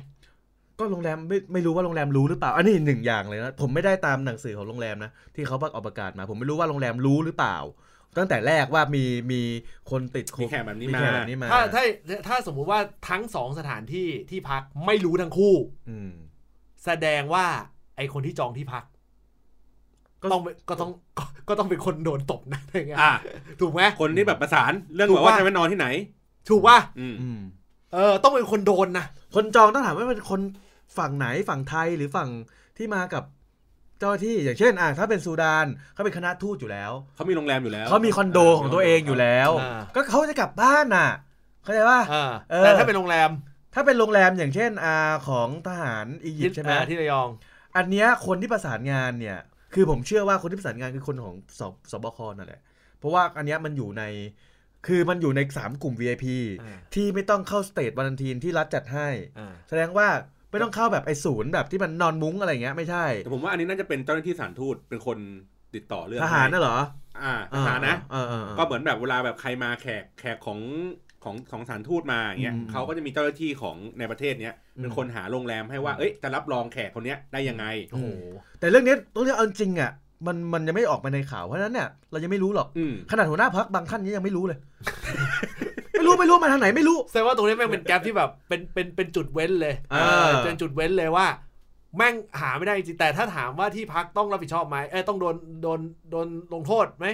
ก็โรงแรมไม่ไม่รู้ว่าโรงแรมรู้หรือเปล่า อันนี้หนึ่งอย่างเลยนะผมไม่ได้ตามหนังสือของโรงแรมนะที่เขาประกาศออกประกาศมา ผมไม่รู้ว่าโรงแรมรู้หรือเปล่า ตั้งแต่แรกว่ามีมีคนติดโค
มี
วิด
แขกแบบนี้
มี
มา
แขกแบบนี้มา
ถ้าถ้าถ้าสมมุติว่าทั้งสองสถานที่ที่พักไม่รู้ทั้งคู่
อืม
แสดงว่าไอคนที่จองที่พัก
ก็
ก็ต้องเป็นก็ต้องก็ก็ต้องเป็นคนโดนตบนะอะไรเงี้ย
อ่า
ถูกไหม
คนที่แบบประสานเรื่อง
ถูก
แบบว่า
ว่า
จะไปนอนที่ไหน
ถูกป่ะ
อืม
อืม
เออต้องเป็นคนโดนนะ
คนจองต้องถามว่าเป็นคนฝั่งไหนฝั่งไทยหรือฝั่งที่มากับเจ้าหน้าที่อย่างเช่นอ่ะถ้าเป็นซูดานเขาเป็นคณะทูตอยู่แล้ว
เขามีโรงแรมอยู่แล้ว
เขามีคอนโดของตัวเองอยู่แล้ว
า
ก็เขาจะกลับบ้านน่ะ เข้าใจป่ะ
อ่า
เออ
แต่ถ้าเป็นโรงแรม
ถ้าเป็นโรงแรมอย่างเช่นอาของทหารอียิปต์ใช่ไหม
อ่าที่ระยอง
อันเนี้ยคนที่ประสานงานเนี่ย คือผมเชื่อว่าคนที่ประสานงานคือคนของสบสบคนั่นแหละเพราะว่าอันเนี้ยมันอยู่ในคือมันอยู่ในสามกลุ่ม VIP
อ่า
ที่ไม่ต้องเข้าสเตทวันทีนที่รัฐจัดให้
อ่า
แสดงว่าไม่ต้องเข้าแบบไอ้ศูนย์แบบที่มันนอนมุ้งอะไรเงี้ยไม่ใช่
แต่ผมว่าอันนี้น่าจะเป็นเจ้าหน้าที่สถานทูตเป็นคนติดต่อเรื่อง
ทหาร
ให้
น่ะเหรอ
อ่าทหารนะ
เออเออเออ
ก็เหมือนแบบเวลาแบบใครมาแขกแขกของข ของของสถานทูตมาอย่างเงี้ย
อืม
เขาก็จะมีเจ้าหน้าที่ของในประเทศเนี้ยเป็น
อืม
คนหาโรงแรมให้ว่าเอ้ยจะรับรองแขกคนเนี้ยได้ยังไง
โอ้โห
แต่เรื่องเนี้ยต้องเรียกเอาจริงอ่ะมันมันยังไม่ออกมาในข่าวเพราะฉะนั้นเนี่ยเรายังไม่รู้หรอก
อืม
ขนาดหัวหน้าพักบางท่านยังไม่รู้เลย <laughs> ไม่รู้ไม่รู้มาทางไหนไม่รู้
แสดงว่าตรงนี้แม่งเป็นแกลบที่แบบเป็นเป็นเป็นจุดเว้นเลย
เออ
เป็นจุดเว้นเลยว่า แม่งหาไม่ได้จริงแต่ถ้าถามว่าที่พักต้องรับผิดชอบไหมเอ้ยต้องโดนโดนโดนลงโทษไหม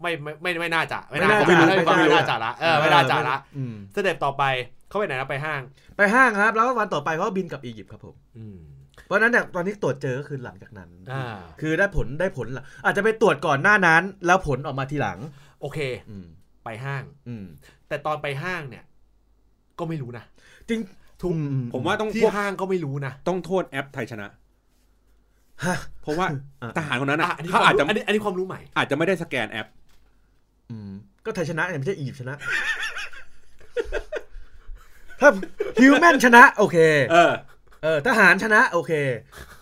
ไม่ไม่ไม่ไม่น่าจะไม่น่าจะ
ไม่น่าจะ
ไม่
ไม่รู้
ไม่น่าจะละเออไม่น่าจะละ
อืม
สเต็ปต่อไปเขาไปไหนนะไปห้าง
ไปห้างครับ แล้ววันต่อไปเขาก็บินกลับอียิปต์ครับผมเพราะฉะนั้นเนี่ยตอนนี้ตรวจเจอก็คือหลังจากนั้น
อ่า
คือได้ผลได้ผลหลังอาจจะไปตรวจก่อนหน้านั้น แล้วผลออกมาทีหลัง
โอเค
อืม
ไปห้าง
อืม
แต่ตอนไปห้างเนี่ย ก็ไม่รู้นะ
จริง
ทุก
อื
ผมว่าต้อง
ที่
พวก
ห้างก็ไม่รู้นะ
ต้องโทษแอปไทยชนะ
<laughs> ฮะ
เพราะว่า
อ่ะ
ทหารคนนั้น
อ่ะ
อ่ะ
อันนี้ค
เขา
วาม
อาจจะ
รู้อันนี้อันนี้ความรู้ใหม่
อาจจะไม่ได้สแกนแอป
อืมก็ไทยชนะเนี่ยไม่ใช่อียิปต์ชนะ ถ้าฮิวแมนชนะ โอเค
เออ
เออทหารชนะ โอเค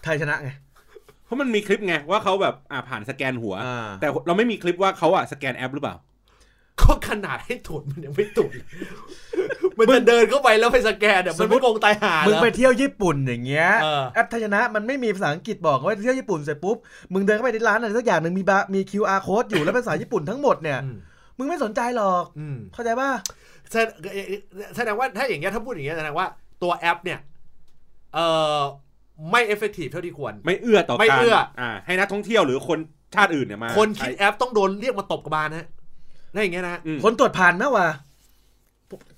ไทยชนะไง
เพราะมันมีคลิปไงว่าเขาแบบอ่าผ่านสแกนหัว
อ่า
แต่เราไม่มีคลิปว่าเขาอ่ะสแกนแอปหรือเปล่า
ก็ขนาดให้ตรวจมันยังไม่ตรวจเลยมันจะเดินเข้าไปแล้วไปสแกนเนี่ย
ส
มั
ม
น
มุ
ไม่
ติ
โกงตายหา
มึง
แล้ว
ไปเที่ยวญี่ปุ่นอย่างเงี้ย
เออ
แอปไทยชนะมันไม่มีภาษาอังกฤษบอกว่าเที่ยวญี่ปุ่นเสร็จปุ๊บมึงเดินเข้าไปในร้านอะไรสักอย่างหนึ่งมีบาร์มี QR code อยู่แล้วเป็นภาษาญี่ปุ่นทั้งหมดเนี่ย
อืม
มึงไม่สนใจหรอก
อืม
เข้าใจป่ะ
แสดเอ่อแสดงว่าถ้าอย่างเงี้ยถ้าพูดอย่างเงี้ยแสดงว่าตัวแอปเนี่ยเอ่อไม่เอฟเฟกตีฟเท่าที่ควร
ไม่เอื้อต่อ
ไม่
การ
เอื้อ
อ่า ให้นักท่องเที่ยวหรือคนชาติอื่นเนี่ยมา
คนคิดแอปต้องโดนเรียกมาตบกระบาลนะฮะนั่นอย่างเงี้ยนะฮะ
อืม
คนตรวจผ่านไหมวะ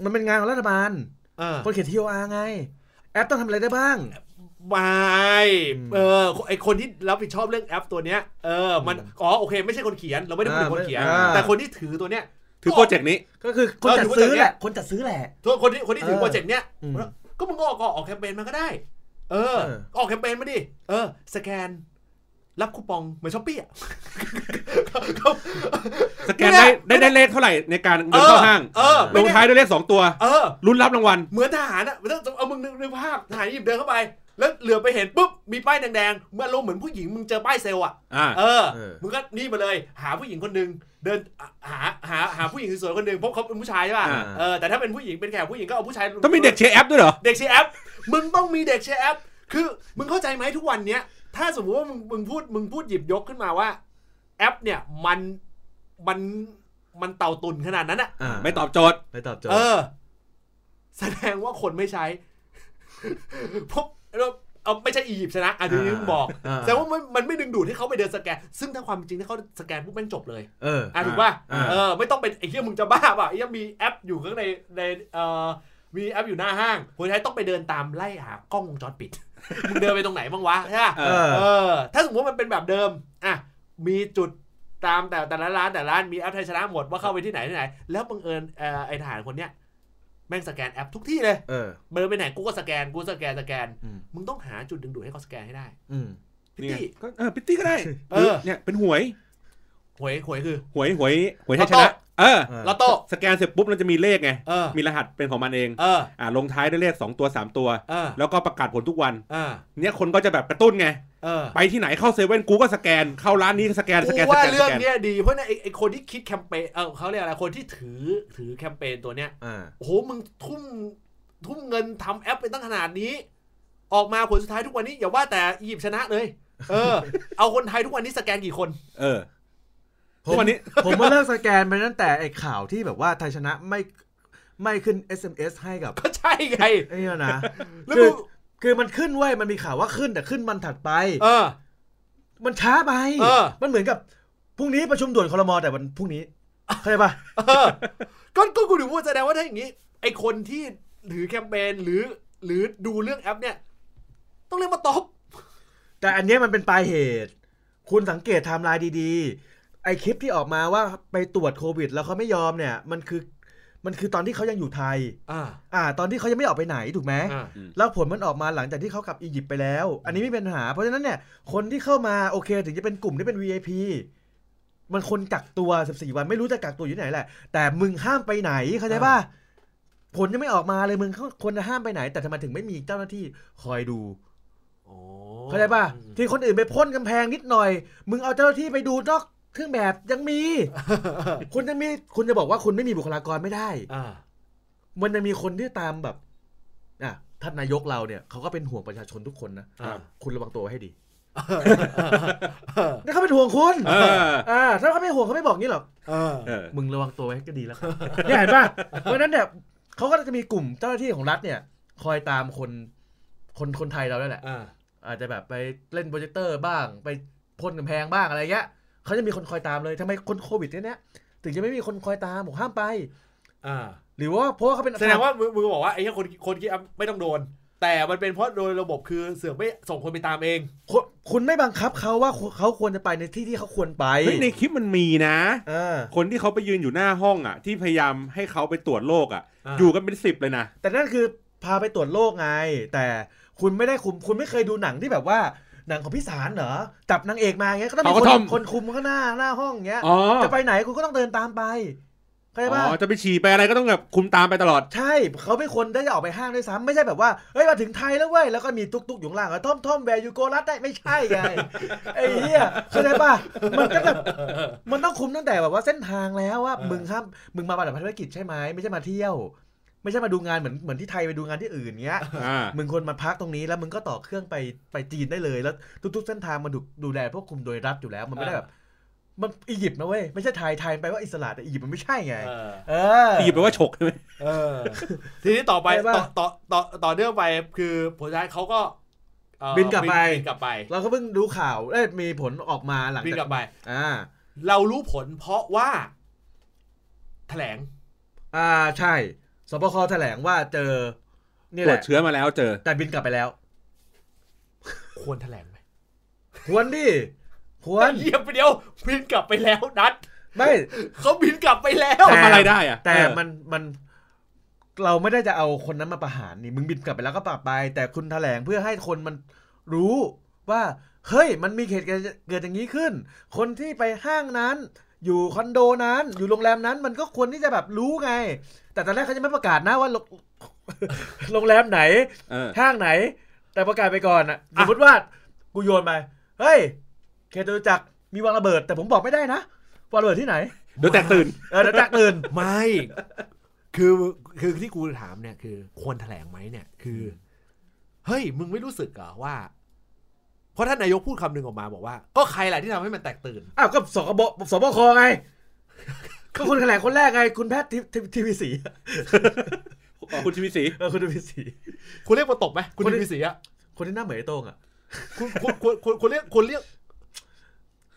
มันเป็นงานของรัฐบาล
เออ
คนเขียน QR ไง แอปต้องทำอะไรได้บ้าง
ไม่
อืม
เออไอคนที่รับผิดชอบเรื่องแอปตัวเนี้ยเออมันอ๋อโอเค ไม่ใช่คนเขียนเราไม่ได้พูดถึงคนเขียน
อ่า
แต่คนที่ถือตัวเนี้ย
ถือโปรเจกต์นี้
ก็คือคนจัด
เออถือว่า
ซื้อ
แบบเนี้ย
แหละ คนจัดซื้อแหละ
ทุกคนที่คนที่ถือ
เออ
โปรเจกต์เนี้ย
อืม
ก็มึงก็ออกออกแคมเปญมาก็ได้ เออ
เออ
ออกแคมเปญมาดิ เออ สแกน รับคูปองเหมือนช้อปปี้อ่ะ
สแกน
ไม่ได้
ได้ได้ได้เลขเท่าไหร่ในการเดินเข้าห้าง
เออ
ล
ไม่
ง
ได้
ท้ายด้วยเลขสองตัว
เออ
ลุ้นรับรางวัล
เหมือนทหารอ่ะแล้วเอามึงนึกนึกภาพทหารหยิบเดินเข้าไป แล้วเหลือไปเห็นปุ๊บ มีป้ายแดงๆเมื่อลงเหมือนผู้หญิงมึงเจอป้ายเซลล์อ่ะ
อ่า
เออ
เออ
มึงก็นี่มาเลย หาผู้หญิงคนหนึ่งเดินหาหาหาผู้หญิงสวยๆคนหนึ่งเพราะเขาเป็นผู้ชายใช่ป่ะ
อ่า
เออ แต่ถ้าเป็นผู้หญิงเป็นแขกผู้หญิงก็เอาผู้ชาย
ต้องมีเด็กเชียร์แอปด้วยเหรอ
เด็กเชียร์แอป มึงต้องมีเด็กเชียร์แอป คือ มึงเข้าใจไหมทุกวันเนี้ย ถ้าสมมติว่ามึงมึงพูดมึงพูดหยิบยกขึ้นมาว่า แอปเนี่ยมันมันมันเต่าตุนขนาดนั้นอะ
อ่า
ไม่ตอบโจทย์
ไม่ตอบโจท
เอ
ย์
อ แสดงว่าคนไม่ใช้ พวกเราเอาไม่ใช่อียิปต์ชนะอันนี้มึงบอก
า
แต่ว่ามันมันไม่ดึงดูดให้เขาไปเดินสแกน ซึ่งถ้าความจริงถ้าเขาสแกนพวกแม่งจบเลย
เออ
อ่ะถูกป่ะ
อ่า
เออไม่ต้องเป็นไอ้เหี้ยมึงจะบ้าป่ะไอ้เหี้ยมีแอปอยู่ข้างในในเอ่อมีแอปอยู่หน้าห้างคนใช้ต้องไปเดินตามไล่หากล้องวงจรปิด <laughs> มึงเดินไปตรงไหนบ้างวะใช่ป่ะ
เอ
เออ
เออ ถ้าสมมติว่ามันเป็นแบบเดิมอ่ะมีจุดตามแต่แต่ละร้านแต่ละร้านมีแอปไทยชนะหมดว่าเข้าไปที่ไหนที่ไหน แล้วบังเอิญเอ่อไอ้ทหารคนเนี้ยแม่งสแกนแอปทุกที่เลย
เออ
เดินไปไหนกูก็สแกนกูสแกนสแกน
อืม
มึงต้องหาจุดดึงดูดให้เขาสแกนให้ได้
อืม
พี่
นี่ไง
ตี้
ก็เออพิตตี้ก็ได้
เออ
หรือเนี่ยเป็นหวย
หวยหวยคือ
หวยหวยหวยไทยช
ลอตโต้
นะเออ
เออ
ลอตโต้
สแกนเสร็จปุ๊บมันจะมีเลขไง
เออ
มีรหัสเป็นของมันเอง
เออ
อ่าลงท้ายด้วยเลขสองตัวสามตัว
เออ
แล้วก็ประกาศผลทุกวัน
เออ
เนี่ยคนก็จะแบบกระตุ้นไง
เออ
ไปที่ไหนเข้าเซเว่นกูก็สแกน เข้าร้านนี้ก็สแกนส
กู
แกนส
ว่า
แกนส
เรื่อง
แกน
เนี้ยดีเพราะเนี่ยไอ้ไอ้คนที่คิดแคมเปญเออเขาเรียกอะไรคนที่ถือถือแคมเปญตัวเนี้ย
อ่า
โอ้โหมึงทุ่มทุ่มเงินทำแอปไปตั้งขนาดนี้ ออกมาผลสุดท้ายทุกวันนี้อย่าว่าแต่อียิปต์ชนะเลย เออ เอาคนไทยทุกวันนี้สแกนกี่คน
เออ
ผ
ทุ
ม
กวันนี้
<laughs> ผมมาเลิกสแกนไปตั้งแต่ไอ้ข่าวที่แบบว่าไทยชนะไม่ไม่ขึ้น SMS ให้กับ
ก็ใช่ไง
ไอ้เนี่ยนะ
แล้ว
คื
มึ
อ
ง
คือมันขึ้นเว้ยมันมีข่าวว่าขึ้นแต่ขึ้นมันถัดไป
เออ
มันช้าไป
เออ
มันเหมือนกับพรุ่งนี้ประชุมด่วนคอรมอแต่วันพรุ่งนี้ เข้าใจป่ะ
เออก็ก็กูถึงพูดแสดงว่าถ้าอย่างนี้ ไอคนที่ถือแคมเปญหรือ หรือดูเรื่องแอปเนี่ย ต้องเรียกมาตบ
แต่อันเนี้ยมันเป็นปลายเหตุ คุณสังเกตไทม์ไลน์ดีๆ ไอคลิปที่ออกมาว่าไปตรวจโควิด แล้วเขาไม่ยอมเนี่ย มันคือ มันคือตอนที่เขายังอยู่ไทย
อ่า
อ่า ตอนที่เขายังไม่ออกไปไหนถูกไหม
อ่า
แล้วผลมันออกมาหลังจากที่เขากลับอียิปต์ไปแล้ว อันนี้ไม่เป็นปัญหา เพราะฉะนั้นเนี่ย คนที่เข้ามาโอเคถึงจะเป็นกลุ่มที่เป็น VIP มันคนกักตัว 14 วันไม่รู้จะกักตัวอยู่ที่ไหนแหละ แต่มึงห้ามไปไหนเข้าใจป่ะ ผลยังไม่ออกมาเลยมึงคนจะห้ามไปไหน แต่ทำไมถึงไม่มีเจ้าหน้าที่คอยดู เข้าใจป่ะที่คนอื่นไปพ่นกำแพงนิดหน่อย มึงเอาเจ้าหน้าที่ไปดูนอกเครื่องแบบยังมี คุณยังมีคุณจะบอกว่าคุณไม่มีบุคลากรไม่ได้
<laughs> อ่า
มันจะมีคนที่ตามแบบอ่ะท่านนายกเราเนี่ยเขาก็เป็นห่วงประชาชนทุกคนนะ
อ่า
คุณระวังตัวไว้ให้ดี
เออ
นี่เขาเป็นห่วงคุณ
เออ
อ่าถ้าเขาไม่ห่วงเขาไม่บอกงี้หรอก
เออ
เออ
มึงระวังตัวไว้ก็ดีแล้วครับ เนี่ยเห็นป่ะ เพราะฉะนั้นเนี่ยเขาก็จะมีกลุ่มเจ้าหน้าที่ของรัฐเนี่ย คอยตามคนคนคนไทยเราด้วยแหละ
อ่า
อาจจะแบบไปเล่นโปรเจคเตอร์บ้าง ไปพ่นกำแพงบ้างอะไรเงี้ยเขาจะมีคนคอยตามเลยทำไมคนโควิดเนี่ยถึงจะไม่มีคนคอยตามบอกห้ามไป
อ่า
หรือว่าเพราะว่าเขาเป็น
แสดงว่ามึงมึงบอกว่าไอ้เหี้ยคนคนคิดอ่ะไม่ต้องโดน แต่มันเป็นเพราะโดยระบบคือเสือกไม่ส่งคนไปตามเอง
คุณคุณไม่บังคับเขาว่าเขาควรจะไปในที่ที่เขาควรไป
เฮ้ยในคลิปมันมีนะ
เออ
คนที่เขาไปยืนอยู่หน้าห้องอ่ะ ที่พยายามให้เขาไปตรวจโรคอ่ะ
อ่า
อยู่กันเป็นสิบเลยนะ
แต่นั่นคือพาไปตรวจโรคไง แต่คุณไม่ได้คุมคุณไม่เคยดูหนังที่แบบว่าหนังของพิสารเหรอจับนางเอกมาเงี้ยก็ต้องมี
เขาก็
คน
ทำ
คนคุมข้างหน้าหน้าห้องเงี้ย
อ๋อ
จะไปไหนคุณก็ต้องเดินตามไปเข้าใจ
อ๋
ป่ะ
อจะไปฉี่ไปอะไรก็ต้องแบบคุมตามไปตลอด
ใช่เขาเป็นคนได้จะออกไปห้างด้วยซ้ำไม่ใช่แบบว่าเฮ้ยมาถึงไทยแล้วเว้ยแล้วก็มีตุ๊กตุ๊กอยู่ข้างล่างท่อมท่อมแวร์ยูโกรัสได้ไม่ใช่ไง ไอ้เหี้ยเข้าใจป่ะมันก็แบบมันต้องคุมตั้งแต่แบบว่าเส้นทางแล้วว่า
เออ
มึงห้ามมึงมาปฏิบัติภารกิจใช่ไหมไม่ใช่มาเที่ยว ไม่ใช่มาดูงานเหมือนเหมือนที่ไทยไปดูงานที่อื่นเงี้ย
<laughs>
อ่า
มึงควรมาพักตรงนี้แล้วมึงก็ต่อเครื่องไปไปจีนได้เลยแล้ว ทุกๆเส้นทางมันดูดูแลพวกคุมโดยรัฐอยู่แล้ว มันไม่ได้แบบ มันอียิปต์นะเว้ยไม่ใช่ไทยไทยไปว่าอิสระแต่อียิปต์มันไม่ใช่ไง
เออ
เออ
ตีไปลว่าฉกใช่ไหม
เออทีนี้ต่อไป
ได้ปะ
ต่อต่อต่อต่อเนื่องไปคือผลท้ายเขาก็เอ่อ
บินกลับไป
บินกลับไป
เราก็เพิ่งรู้ข่าวเอ้ยมีผลออกมาหลัง
บินก
จา
ลั
ก
บไป
อ่า
เรารู้ผลเพราะว่า แถลง
อ่าใช่ สบคแถลงว่าเจอ นี่
ต
แห
รวจ
ละ
เชื้อมาแล้วเจอ
แต่บินกลับไปแล้ว
ควรแถลงไหม
ควรดิ ควร
เยี่ยมไปเดียว บินกลับไปแล้วนัด
ไม่
เขาบินกลับไปแล้ว
แต่
ทำอะไรได้อะ
แต่
เออ
มันมันเราไม่ได้จะเอาคนนั้นมาประหารนี่ มึงบินกลับไปแล้วก็ปรับไป แต่คุณแถลงเพื่อให้คนมันรู้ว่า เฮ้ย มันมีเหตุการณ์เกิดอย่างนี้ขึ้น คนที่ไปห้างนั้น อยู่คอนโดนั้น อยู่โรงแรมนั้นมันก็ควรที่จะแบบรู้ไง แต่ตอนแรกเขาจะไม่ประกาศนะว่าโรง <laughs> โรงแรมไหน
เออ
ห้างไหน แต่ประกาศไปก่อนอะ
อ่ะ
สมมติว่ากูโยนไปเฮ้ยเขตจตุจักรมีวางระเบิด แต่ผมบอกไม่ได้นะวางระเบิดที่ไหน
เดี๋ยวแตกตื่น
เออเดี๋ยวแตกตื่น
ไม่ คือคือที่กูถามเนี่ย คือ ควรแถลงไหมเนี่ย คือ เฮ้ย มึงไม่รู้สึกเหรอว่า เพราะท่านนายกพูดคำหนึ่งออกมาบอกว่า ก็ใครแหละที่ทำให้มันแตกตื่น
อ้าวก็สกบสบค <laughs> ไง ก็คุณแถลงคนแรกไง คุณแพทย์ทีทีทีวีสี
อ๋อคุณชีวิตศรี
เออคุณทีวีสี
คุณเรียกมาตบไหมคุณดีพีสีอะ
คนที่หน้าเหมือนไอ้โต้งอ่ะ
คุณคุณคุณคุณคุณเรียกคุณเรียก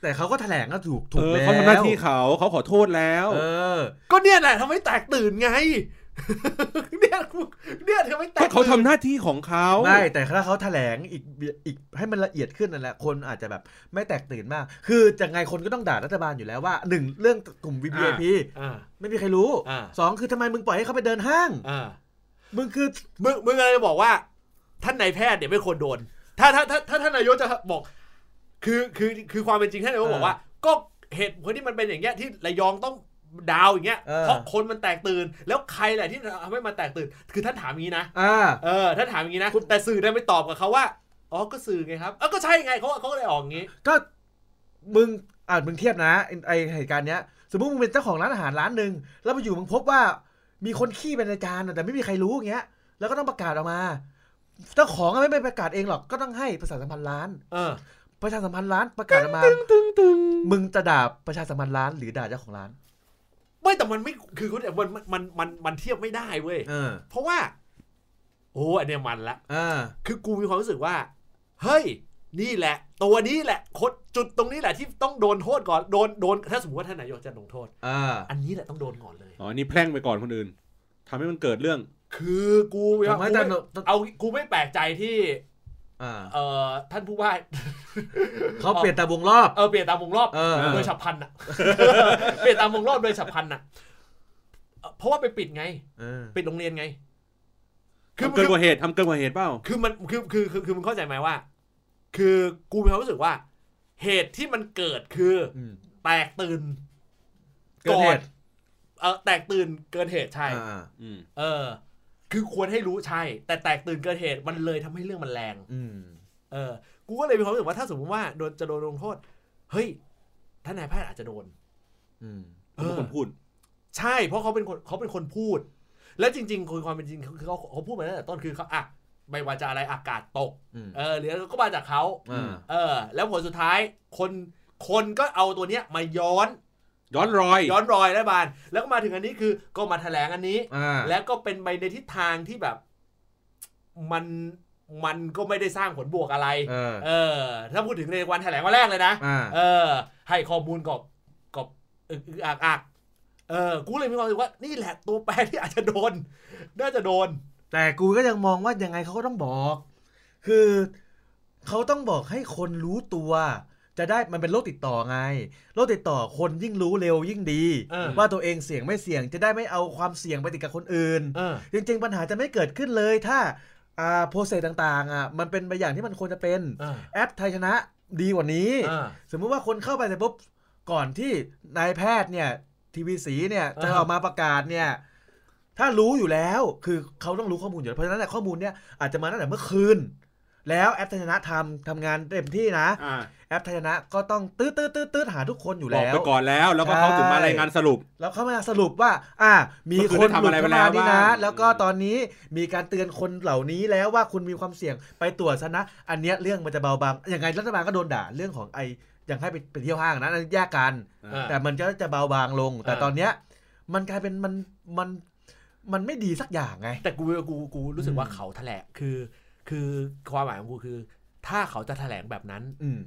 แต่เขาก็แถลงก็ถูกถู
เอก อ
แล้ว
เขาทำหน้าที่เขาเขาขอโทษแล้ว
เออ
ก็เนี่ยแหละทำให้แตกตื่นไง <laughs> เนี่ยกูเนี่ยทำให้แต
ก็
ก
เขาทำ
ตื่น
หน้าที่ของเขา
ไม่แต่ถ้าเขาแถลงอีกอีกให้มันละเอียดขึ้นนั่นแหละ คนอาจจะแบบไม่แตกตื่นมาก คือจะไงคนก็ต้องด่ารัฐบาลอยู่แล้วว่าหนึ่งเรื่องกลุ่ม VVIP
อ่า
ไม่มีใครรู้
อ่า
สองคือทำไมมึงปล่อยให้เขาไปเดินห้าง
อ่า
มึงคือ
มึงมึงอะไรบอกว่า ท่านนายแพทย์เนี่ยไม่ควรโดน ถ้าถ้าถ้าถ้าท่านนายกจะบอก คือคือคือความเป็นจริงท่านนายกบอกว่า ก็เหตุผลที่มันเป็นอย่างเงี้ยที่ระยองต้องดาวอย่างเงี้ยเพราะคนมันแตกตื่น แล้วใครแหละที่ทำให้มันแตกตื่น คือท่านถามอย่างนี้นะ
อ่า
เออท่านถามอย่างนี้นะแต่สื่อได้ไม่ตอบกับเขาว่าอ๋อก็สื่อไงครับเออก็ใช่ไงเขาเขาก็เลยออกอย่างนี้
ก็มึงอ่ามึงเทียบนะไอ้ไอเหตุการณ์เนี้ย สมมติมึงเป็นเจ้าของร้านอาหารร้านหนึ่งแล้วมาอยู่มึงพบว่ามีคนขี้เป็นอาจารย์แต่ไม่มีใครรู้อย่างเงี้ย แล้วก็ต้องประกาศออกมาเจ้าของอะไม่ไปประกาศเองหรอกก็ต้องให้ประชาสัมพันธ์ร้าน
เออ
ประชาสัมพันธ์ร้านประกาศออกมา มึงจะด่าประชาสัมพันธ์ร้านหรือด่าเจ้าของร้าน
ไม่แต่มันไม่คือเขาเนี่ยมันมันมันมันเทียบไม่ได้เว้ย
เออ
เพราะว่า โอ้อันเนี้ยมันละ
เออ
คือกูมีความรู้สึกว่า เฮ้ย นี่แหละ ตัวนี้แหละคดจุดตรงนี้แหละที่ต้องโดนโทษก่อนโดนโดนถ้าสมมติว่าท่านนายกจะลงโทษ
เออ
อันนี้แหละต้องโดนก่อนเลย
อ๋อ นี่แพร่งไปก่อนคนอื่นทำให้มันเกิดเรื่อง
คือกู
ทำไม
กู
แต่
ไม่เอากูไม่แปลกใจที่
เออ
เอ่อท่านผู้ว่า <laughs>
เขาเปลี่ยนตาวงรอบ
เออเปลี่ยนตามวงรอบ
เออ
โดยฉับพลันอะ เปลี่ยนตามวงรอบโดยฉับพลันอะเอ่อเพราะว่าไปปิดไง
เออ
ปิดโรงเรียนไง
ทำเกินกว่าเหตุทำเกินกว่าเหตุเปล่า
คือมันคือคือคือคือมันเข้าใจไหมว่า คือกูมีความรู้สึกว่า เหตุที่มันเกิดคือ
อืม
แตกตื่น
เกิดเหตุ
เออแตกตื่นเกินเหตุใช่
อ่า
อืม
เออ คือควรให้รู้ใช่ แต่แตกตื่นเกินเหตุมันเลยทำให้เรื่องมันแรง
อืม
เออ กูก็เลยมีความรู้สึกว่าถ้าสมมติว่าโดนจะโดนลงโทษ เฮ้ยท่านนายแพทย์อาจจะโดน
อืม
เอ
ทุก
อ
คนพูด
ใช่ เพราะเขาเป็นคนเขาเป็นคนพูด และจริงๆคือความเป็นจริงคือเขาเขาพูดมาตั้งแต่ต้นคือเขาอ่ะไม่ว่าจะอะไรอากาศตก
อืม
เออหรือก็มาจากเขา
อ่า
เออ แล้วผลสุดท้ายคนคนก็เอาตัวเนี้ยมาย้อน
ย้อนรอย
<laughs> ย้อนรอยได้บาน แล้วก็มาถึงอันนี้คือก็มาแถลงอันนี้
อ่า
แล้วก็เป็นไปในทิศทางที่แบบมันมันก็ไม่ได้สร้างผลบวกอะไร
เออ
เออ ถ้าพูดถึงในวันแถลงวันแรกเลยนะ
อ่า
เออ ให้ข้อมูลกับกับอึกอึกอักอักเออ กูเลยมีความรู้สึกว่านี่แหละตัวแปรที่อาจจะโดน น่าจะโดน
แต่กูก็ยังมองว่ายังไงเขาก็ต้องบอก คือเขาต้องบอกให้คนรู้ตัว จะได้มันเป็นโรคติดต่อไงโรคติดต่อคนยิ่งรู้เร็วยิ่งดี
เออ
ว่าตัวเองเสี่ยงไม่เสี่ยงจะได้ไม่เอาความเสี่ยงไปติดกับคนอื่น
เออ
จริงๆ ปัญหาจะไม่เกิดขึ้นเลยถ้าอ่าโปรเซสต่างๆอ่ะมันเป็นไปอย่างที่มันควรจะเป็น
เออ
แอปไทยชนะดีกว่านี้
เออ
สมมุติว่าคนเข้าไปเสร็จปุ๊บก่อนที่นายแพทย์เนี่ยทีวีสีเนี่ยจะ
อ่า
ออกมาประกาศเนี่ย ถ้ารู้อยู่แล้วคือเขาต้องรู้ข้อมูลอยู่แล้วเพราะฉะนั้นเนยข้อมูลเนี่ยอาจจะมาตั้งแต่เมื่อคืน แล้วแอปไทยชนะทำทำงานเต็มที่นะ
อ่า
แอปไทยชนะก็ต้องตืดตืดตืดตืดหาทุกคนอยู่
บอก
แล้ว
ไปก่อนแล้ว แล้วก็
ใช่
เขาถึงมารายงานสรุป
แล้วเขามาสรุปว่า อ่า มีคนหลุด
คื
เข้ามานี่นะ
อได้ทำอะไรไปแล้วบ้าง
แล้วก็ตอนนี้มีการเตือนคนเหล่านี้แล้วว่าคุณมีความเสี่ยงไปตรวจซะนะ อันเนี้ยเรื่องมันจะเบาบาง อย่างไงรัฐบาลก็โดนด่าเรื่องของไออย่างให้ไปไปเที่ยวห้างนะนั่นแยกกัน
อ่า
แต่มันก็จะเบาบางลง แต่
อ่า
ตอนเนี้ยมันกลายเป็นมันมันมันไม่ดีสักอย่างไง
แต่กูกูกูรู้สึกว่า
อืม
เขาแถลงคือ คือความหมายของกูคือ ถ้าเขาจะแถลงแบบนั้น
อืม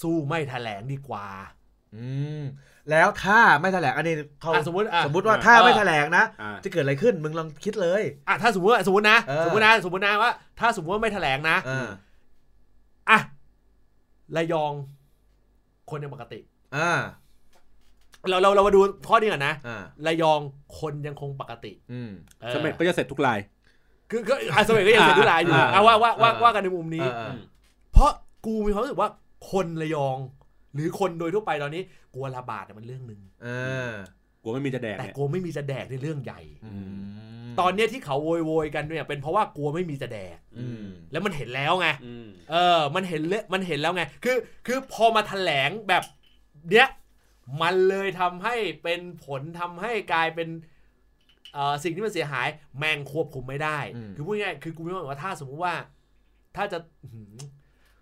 สู้ไม่แถลงดีกว่า
อืมแล้วถ้าไม่แถลงอันนี้เขา
อ่ะสมมติอ่ะ
สมมติว่าถ้า
เออ
ไม่แถลงนะ
อ่า
จะเกิดอะไรขึ้นมึงลองคิดเลย
อ่ะถ้าสมมติว่าสมมตินะ
เออ
สมมตินะสมมตินะว่า ถ้าสมมติว่าไม่แถลงนะ
อ่า
อ่ะระยอง คนยังปกติ
อ่า
เราเราเรามาดูข้อนี้ก่อนนะ
อ่า
ระยองคนยังคงปกติ
อืม
ออ
สมัยก็จะเสร็จทุกราย
คือก็อ่ะสมัยก็ยังเสร็จทุลายอยู่
อ่า
อ่ะว่าว่าว่า
อ่า
ว่ากันในมุมนี้
อ่า
เพราะกูมีความรู้สึกว่าคนระยอง หรือคนโดยทั่วไปตอนนี้กลัวระบาดเนี่ยมันเรื่องหนึ่ง
เออก
ลัวไม่มีจะแดก
แต่
เนี่ย
กลัวไม่มีจะแดกในเรื่องใหญ่
อ
ตอนเนี้ยที่เขาโวยโวยๆกันเนี่ยเป็นเพราะว่ากลัวไม่มีจะแดก
อืม
แล้วมันเห็นแล้วไง
อืม
เออ มันเห็นเลมันเห็นแล้วไง คือ คือพอมาแถลงแบบเนี้ย มันเลยทำให้เป็นผลทำให้กลายเป็นเอ่อสิ่งที่มันเสียหาย แม่งควบคุมไม่ได้ คือพูดง่ายๆคือกูไม่บอกว่าถ้าสมมุติว่า ถ้าจะอื้อหือ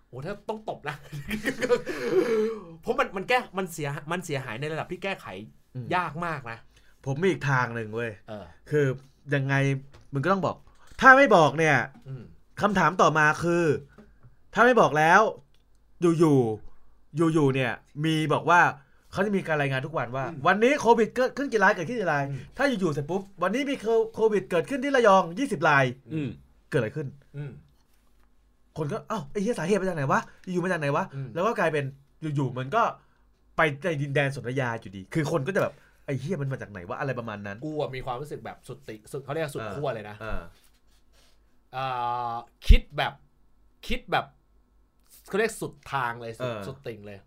โอ้ถ้าต้องตบนะ <laughs> เพราะมันมันแก้ มันเสีย มันเสียหายในระดับที่แก้ไขยากมากนะ
ผมมีอีกทางหนึ่งเว้ย
เออ
คือยังไงมึงก็ต้องบอก ถ้าไม่บอกเนี่ย
อืม
คำถามต่อมาคือ ถ้าไม่บอกแล้วอยู่ๆอยู่ๆเนี่ย มีบอกว่าเขาจะมีการรายงานทุกวันว่า วันนี้โควิดเกิดขึ้นกี่รายเกิดขึ้นกี่ราย ถ้าอยู่ๆเสร็จปุ๊บ วันนี้มีโควิดเกิดขึ้นที่ระยอง 20ราย
อืม
เกิดอะไรขึ้น
อืม
คนก็เอ้าไอ้เหี้ยสาเหตุมาจากไหนวะอยู่ๆมาจากไหนวะ
อืม
แล้วก็กลายเป็นอยู่ๆมันก็ไปในดินแดนสนธยาอยู่ดี คือคนก็จะแบบไอ้เหี้ยมันมาจากไหนวะอะไรประมาณนั้น
กูอะมีความรู้สึกแบบสุดติ สุดเขาเรียกว่าสุด
เออ
ขั้วเลยนะ
อ่า
เอ่อคิดแบบคิดแบบเขาเรียกสุดทางเลยสุดสุดติ่งเลย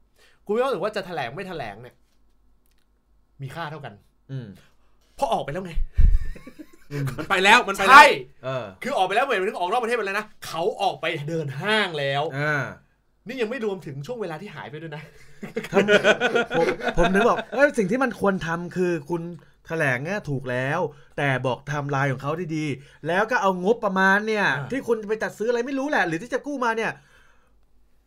กูไม่รู้สึกว่าจะแถลงไม่แถลงเนี่ย มีค่าเท่ากัน
อืม
เพราะออกไปแล้วไง
มันไปแล้วมันไปแล้ว
ใช่
เออ
คือออกไปแล้วเหมือนถึงออกนอกประเทศไปแล้วนะเขาออกไปเดินห้างแล้ว
อ่า
นี่ยังไม่รวมถึงช่วงเวลาที่หายไปด้วยนะ
ทำผมผมนึกบอกเอ้ยสิ่งที่มันควรทำคือคุณแถลงเนี่ยถูกแล้ว แต่บอกไทม์ไลน์ของเขาดีๆ แล้วก็เอางบประมาณเนี่ย
อ่า
ที่คุณไปจัดซื้ออะไรไม่รู้แหละ หรือที่จะกู้มาเนี่ย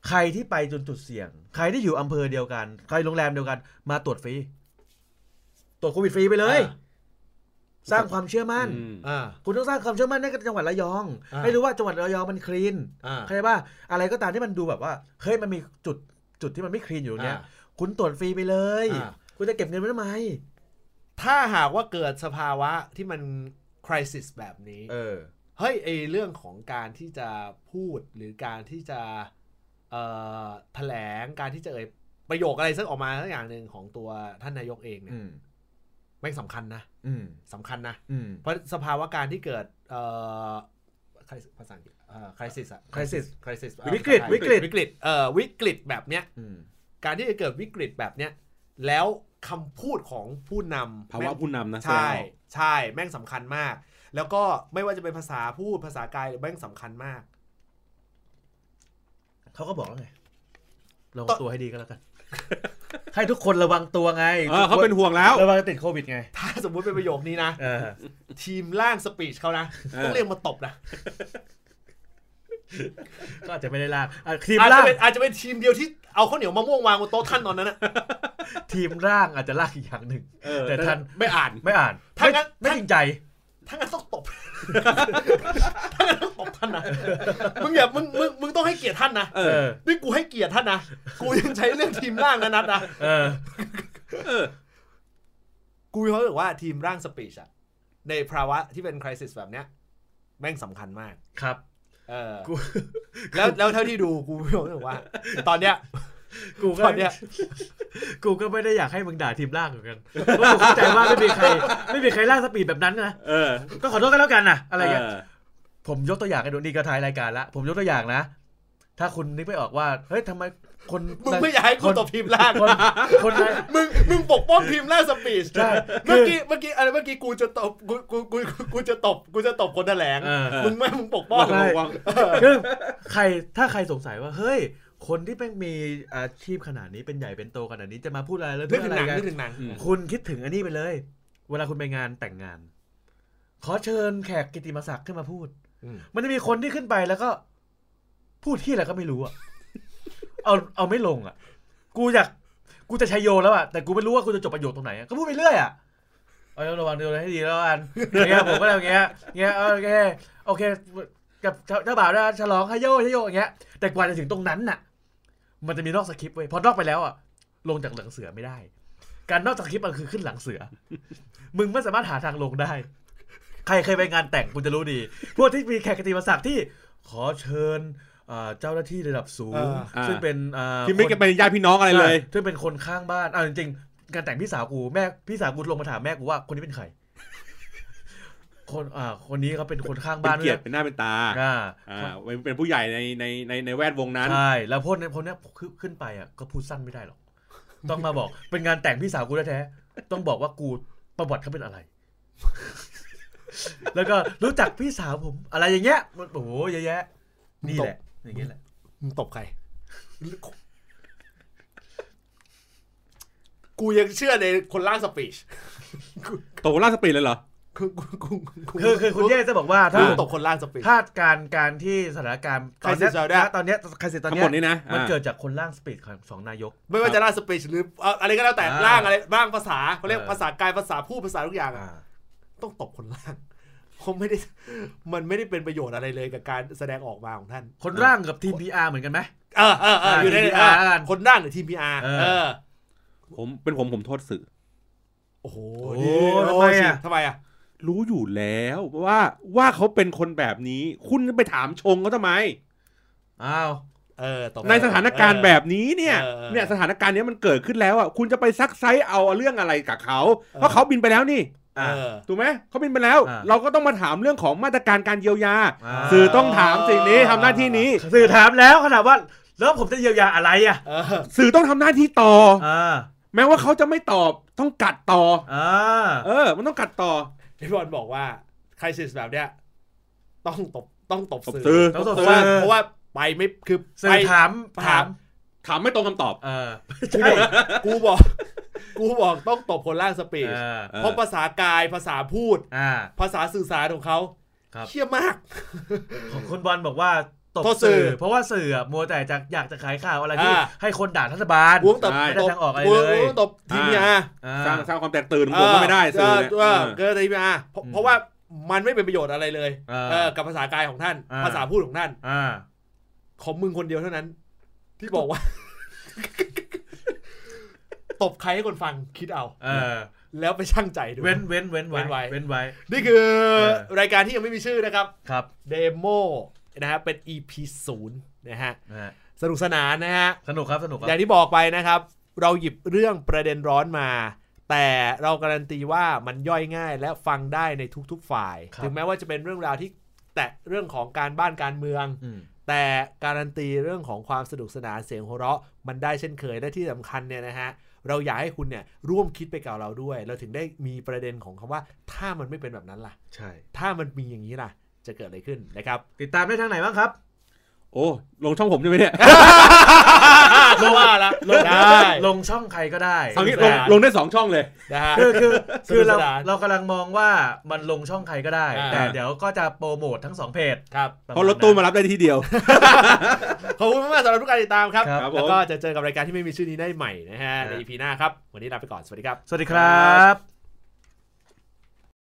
ใครที่ไปจนจุดเสี่ยง ใครที่อยู่อำเภอเดียวกัน ใครโรงแรมเดียวกัน มาตรวจฟรีตรวจโควิดฟรีไปเลย สร้างความเชื่อมั่น
อืม
อ่า
คุณต้องสร้างความเชื่อมั่นให้กับจังหวัดระยอง
อ่า
ให้รู้ว่าจังหวัดระยองมันคลีน
อ่า
เข้าใจป่ะอะไรก็ตามที่มันดูแบบว่าเฮ้ยมันมีจุดจุดที่มันไม่คลีนอยู่ตรงเนี้ย
อ่า
คุณตรวจฟรีไปเลย
อ่า
คุณจะเก็บเงินไว้ทำไม
ถ้าหากว่าเกิดสภาวะที่มันคริสิสแบบนี้
เออ
เฮ้ยไอเรื่องของการที่จะพูดหรือการที่จะเอ่อแถลงการที่จะเอ่ยประโยคอะไรสักออกมาสักอย่างหนึ่งของตัวท่านนายกเองเนี่ย
อืม
แม่งสำคัญนะ
อืม
สำคัญนะ
อืม
เพราะสภาวะการที่เกิดเอ่อ crisis ภาษาอังกฤษเอ่อ crisis อะ
crisis
crisis เอ่อ
วิกฤต
ภาษาไทย
วิกฤต
วิกฤตเอ่อวิกฤตแบบเนี้ย
อืม
การที่จะเกิดวิกฤตแบบเนี้ยแล้วคำพูดของผู้นำ
ภาวะผู้นำนะ
ใช่
แสดงออก
ใช่แม่งสำคัญมาก แล้วก็ไม่ว่าจะเป็นภาษาพูดภาษากายแม่งสำคัญมาก
เขาก็บอกแล้วไงลอง
ต่อ
<laughs> ตัวให้ดีก็แล้วกัน ให้ทุกคนระวังตัวไง
เออเขาเป็นห่วงแล้ว
ระวังติดโควิดไง
ถ้าสมมุติเป็นประโยคนี้นะ
เออ
ทีมล่างสปีชเขานะ
เออ
ต้องเรียกมาตบนะ
ก็อาจจะไม่ได้ลากอ่ะทีม
อาจ
ล่า
จะ
ง
เป็นอาจจะเป็นทีมเดียวที่เอาข้าวเหนียวมะม่วงวางบนโต๊ะท่านตอนนั้นนะ
ทีมร่างอาจจะลากอีกอย่างหนึ่ง
เออ
แต่ท่าน
ไม่อ่าน
ไม่อ่าน
ถ้า
ไม่
งั้น
ไม่จริงใจ
ถ้างั้นต้องตบ <laughs> ถ้างั้นต้องตบท่านนะมึงอย่ามึงมึงมึงต้องให้เกียรติท่านนะ
เอ
เอ
อ
อ
นี่กูให้เกียรติท่านนะกูยังใช้เรื่องทีมล่างนะนัดนะ
เออ
เออ
กูเขาบอกว่าทีมร่างสปีชอะในภาวะที่เป็นคริส i s แบบเนี้ยแม่งสำคัญมาก
ครับ
เออ
กู
แล้วแล้วเท่าที่ดูกูรู้สึกว่า ตอนเนี้ย
กูก็
ตอนเนี้ย
กูก็ไม่ได้อยากให้มึงด่าทีมล่างเหมือนกันเพราะกูเข้าใจว่าไม่มีใคร ไม่มีใครล่างสปีดแบบนั้นนะ
เออ
ก็ขอโทษกันแล้วกันนะอะไรอย่างเงี้ย
เ
ผมยกตัวอย่างให้ดูนี่ก็ท้ายรายการละผมยกตัวอย่างนะ ถ้าคุณนึกไม่ออกว่าเฮ้ยทำไมคน
มึงไม่อยากให้กูตบทีมล่าง
คนคนใน
มึงมึงปกป้องทีมล่าสปีช
ใช่
เมื่อกี้เมื่อกี้อะไรเมื่อกี้กูจะตบกูกูกูกูจะตบกูจะตบคนแถลง
เออ
มึงไม่มึงปกป้อง
ใช่
ระวัง
คือใครถ้าใครสงสัยว่าเฮ้ย คนที่เป็นมีอาชีพขนาดนี้เป็นใหญ่เป็นโตขนาดนี้จะมาพูดอะไรแล้ว
นึกถึง
อะ
ห
ไร
นัง
กัน
นึกถึงหนัง
อืม
คุณคิดถึงอันนี้ไปเลย เวลาคุณไปงานแต่งงาน ขอเชิญแขกกิติมศักดิ์ขึ้นมาพูด
อืม
มันจะมีคนที่ขึ้นไปแล้วก็ พูดที่อะไรก็ไม่รู้อะเอาเอาไม่ลงอะกูอยากกูจะชัยโยแล้วอะแต่กูไม่รู้ว่ากูจะจบประโยคตรงไหนอะก็พูดไปเรื่อยอะเอาระวังตัวให้ดีแล้วกันอย่างเงี้ยผมก็อย่างเงี้ยอย่างเงี้ยโอเคโอเค กับเจ้าบ่าวนะฉลองให้โยให้โยอย่างเงี้ย แต่กว่าจะถึงตรงนั้นน่ะ มันจะมีนอกสคริปต์เว้ยพอนอกไปแล้วอะลงจากหลังเสือไม่ได้ การนอกจากสคริปต์มันคือขึ้นหลังเสือ มึงไม่สามารถหาทางลงได้ ใครเคยไปงานแต่งคุณจะรู้ดี พวกที่มีแขกกติมาศักดิ์ที่ขอเชิญเอ่อเจ้าหน้าที่ระดับสูง
อ่า
ซึ่งเป็นเอ่อ
ที่ไม่
คน
กันเป็นญาติพี่น้องอะไรเลย
ซึ่งเป็นคนข้างบ้านอ่าจริงๆการแต่งพี่สาวกูแม่พี่สาวกูลงมาถามแม่กูว่าคนนี้เป็นใคร คนอ่า คนนี้เขาเป็นคนข้าง
เป็น
บ้าน
เกียรติ
ด้ว
เป็นหน้าเป็นตา
นะอ่า
อ่าเป็นเป็นผู้ใหญ่ในในในในแวดวงนั้น
ใช่แล้วพวกนี้พวกเนี้ยขึ้นขึ้นไปอ่ะก็พูดสั้นไม่ได้หรอก ต้องมาบอก เป็นงานแต่งพี่สาวกูแท้ๆต้องบอกว่ากูประวัติเขาเป็นอะไร <laughs> แล้วก็รู้จักพี่สาวผม อะไรอย่างเงี้ยมันโอ้โหเยอะแยะนี่แหละ อย่างเงี้ยแหละ
มึงตบใคร กูยังเชื่อในคนล่างสปีช
ตกล่าสปีดเลยเหรอ
กูกูกูกู
คือคือคุณเย่จะบอกว่าถ้า
กูตบคนล่างสปีช
คาดการณ์การที่สถานการณ์ตอนเนี้ย
crisis แล้วเนี่ย
ณตอนเนี้ยใครสิตอน
ทั้ง
เนี้
หม
ย
ดนี้นะ
มัน
อ่า
เกิดจากคนร่างสปีดของสองนายก
ไม่ว่าจะล่างสปีชหรือเอ่ออะไรก็แล้วแต่
อ่า
ล่างอะไรร่างภาษาเขาเรียก
เออ
ภาษากายภาษาพูดภาษาทุกอย่างอะ ต้องตบคนล่าง <laughs> ผมไม่ได้ <laughs> มันไม่ได้เป็นประโยชน์อะไรเลยกับการแสดงออกมาของท่าน
คนร่างกับทีม PR เหมือนกันไหม
เออเออเอออยู่ใน
ทีม PR
เออ
แล้วกัน
คนร่างหรือทีมพีอาร์
เออ
เออ
ผมเป็นผมผมโทษสื่อ
โอ้โห
โอ้
นี่
ทำไมอะ
ทำไมอ่ะ
รู้อยู่แล้วว่าว่าเขาเป็นคนแบบนี้ คุณจะไปถามชงเขาทำไม
อ้าว
เออตบ
ในสถานการณ์แบบนี้เนี่ย
เออเออ
เนี่ยสถานการณ์เนี้ยมันเกิดขึ้นแล้วอ่ะคุณจะไปซักไซส์เอาเรื่องอะไรกับเขา
เออ
เพราะเขาบินไปแล้วนี่
เออ
ถูกไหมเขาบินไปแล้ว
อ่า
เราก็ต้องมาถามเรื่องของมาตรการการเยียวยา
อ่า
เ
สื่อต้องถามสิ่งนี้ทำหน้าที่นี้
สื่อถามแล้วเขาถามว่า แล้วผมจะเยียวยาอะไรอ่ะ
เออ <laughs>
สื่อต้องทำหน้าที่ต่อ
อ่า
แม้ว่าเขาจะไม่ตอบต้องกัดต่อ
อ่า
เออ มันต้องกัดต่อ
พี่บอลบอกว่าคร i สิสแบบเนี้ยต้องตบต้องตบ
ตบ
สื่
สื่อ
ต้อง
เพ
ส่ง
ราะ
สื่
ว่า
อ
เพราะว่าไปไม่คือ
สื่
ไป
อถาม
ถา
ถาม ม
ถามไม่ตรงคำตอบ
เออ
กู
ไม่ใช่
บอกกูบอก <laughs> กูบอกต้องตบคนล่างสปีช
เออ
เออ
เพราะภาษากายภาษาพูด
อ่า
ภาษาสื่อสารของเขา
ครับ
เชี่ยมาก
ของคุณบอลบอกว่าตบ
โทษสื่
สื่
อ
อ เพราะว่าสื่ออะมัวแต่จะอยากจะขายข่าวอะไรที่
อ่า
ให้คนด่ารัฐบาล
วงตบ
ใช่
ตบ
ไม่ได้ทางออกอะไร
วง
เลย
วงตบทีมยา
อ่า
สร้างสร้างความแตกตื่นผมก็ไม่ได้สื่อเนี่ย
เออ
เออ
เกิดอะไรมาเพราะ
อืม
เพราะว่ามันไม่เป็นประโยชน์อะไรเลย
อ่า
เออกับภาษากายของท่าน
อ่า
ภาษาพูดของท่าน
อ่า
ของมึงคนเดียวเท่านั้น ที่บอก
<laughs>
ว่า ตบใครให้คนฟังคิดเอา
เออ
แล้วไปช่างใจดู
เว้นเว้นเว้น
เว้นไว้
ไว้เว้นไว้
นี่คือ
อ
รายการที่ยังไม่มีชื่อนะครับ
ครับ
เดโมนะฮะเป็น EP ศูนย์นะฮะ
นะฮะ
สนุกสนานนะฮะ
สนุกครับสนุกครั
อย่า
บ
งที่บอกไปนะครับ เราหยิบเรื่องประเด็นร้อนมา แต่เราการันตีว่ามันย่อยง่ายและฟังได้ในทุกๆฝ่าย ถึงแม้ว่าจะเป็นเรื่องราวที่แตะเรื่องของการบ้านการเมือง
อืม
แต่การันตีเรื่องของความสนุกสนานเสียงหัวเราะมันได้เช่นเคยและที่สำคัญเนี่ยนะฮะเราอยากให้คุณเนี่ยร่วมคิดไปกับเราด้วย เราถึงได้มีประเด็นของคำว่า ถ้ามันไม่เป็นแบบนั้นล่ะ
ใช่
ถ้ามันมีอย่างนี้ล่ะ จะเกิดอะไรขึ้นนะครับ
ติดตามได้ทางไหนบ้างครับ
โอ้ลงช่องผมใช่ไหมเนี่ย
ลงว่า ละ
ลง
ได้
ลงช่องใครก็ได้
เอางี้
ส
ล
นุกส
ง
นาน
ลงได้สองช่องเลย
ได้
คือคือคือเรา
สนุกสนาน
เรากำลังมองว่ามันลงช่องใครก็ได้
อ่า
แต่เดี๋ยวก็จะโปรโมททั้งสองเพจ
ครับ
เพราะรถตู้มารับได้ที่เดียว
ขอบคุณมากๆสำหรับทุกการติดตามครับ
ครับผม
แล้วก็จะเจอกับรายการที่ไม่มีชื่อนี้ได้ใหม่นะฮะใน EP หน้าครับ วันนี้ลาไปก่อน สวัสดีครับ
สวัสดีครับ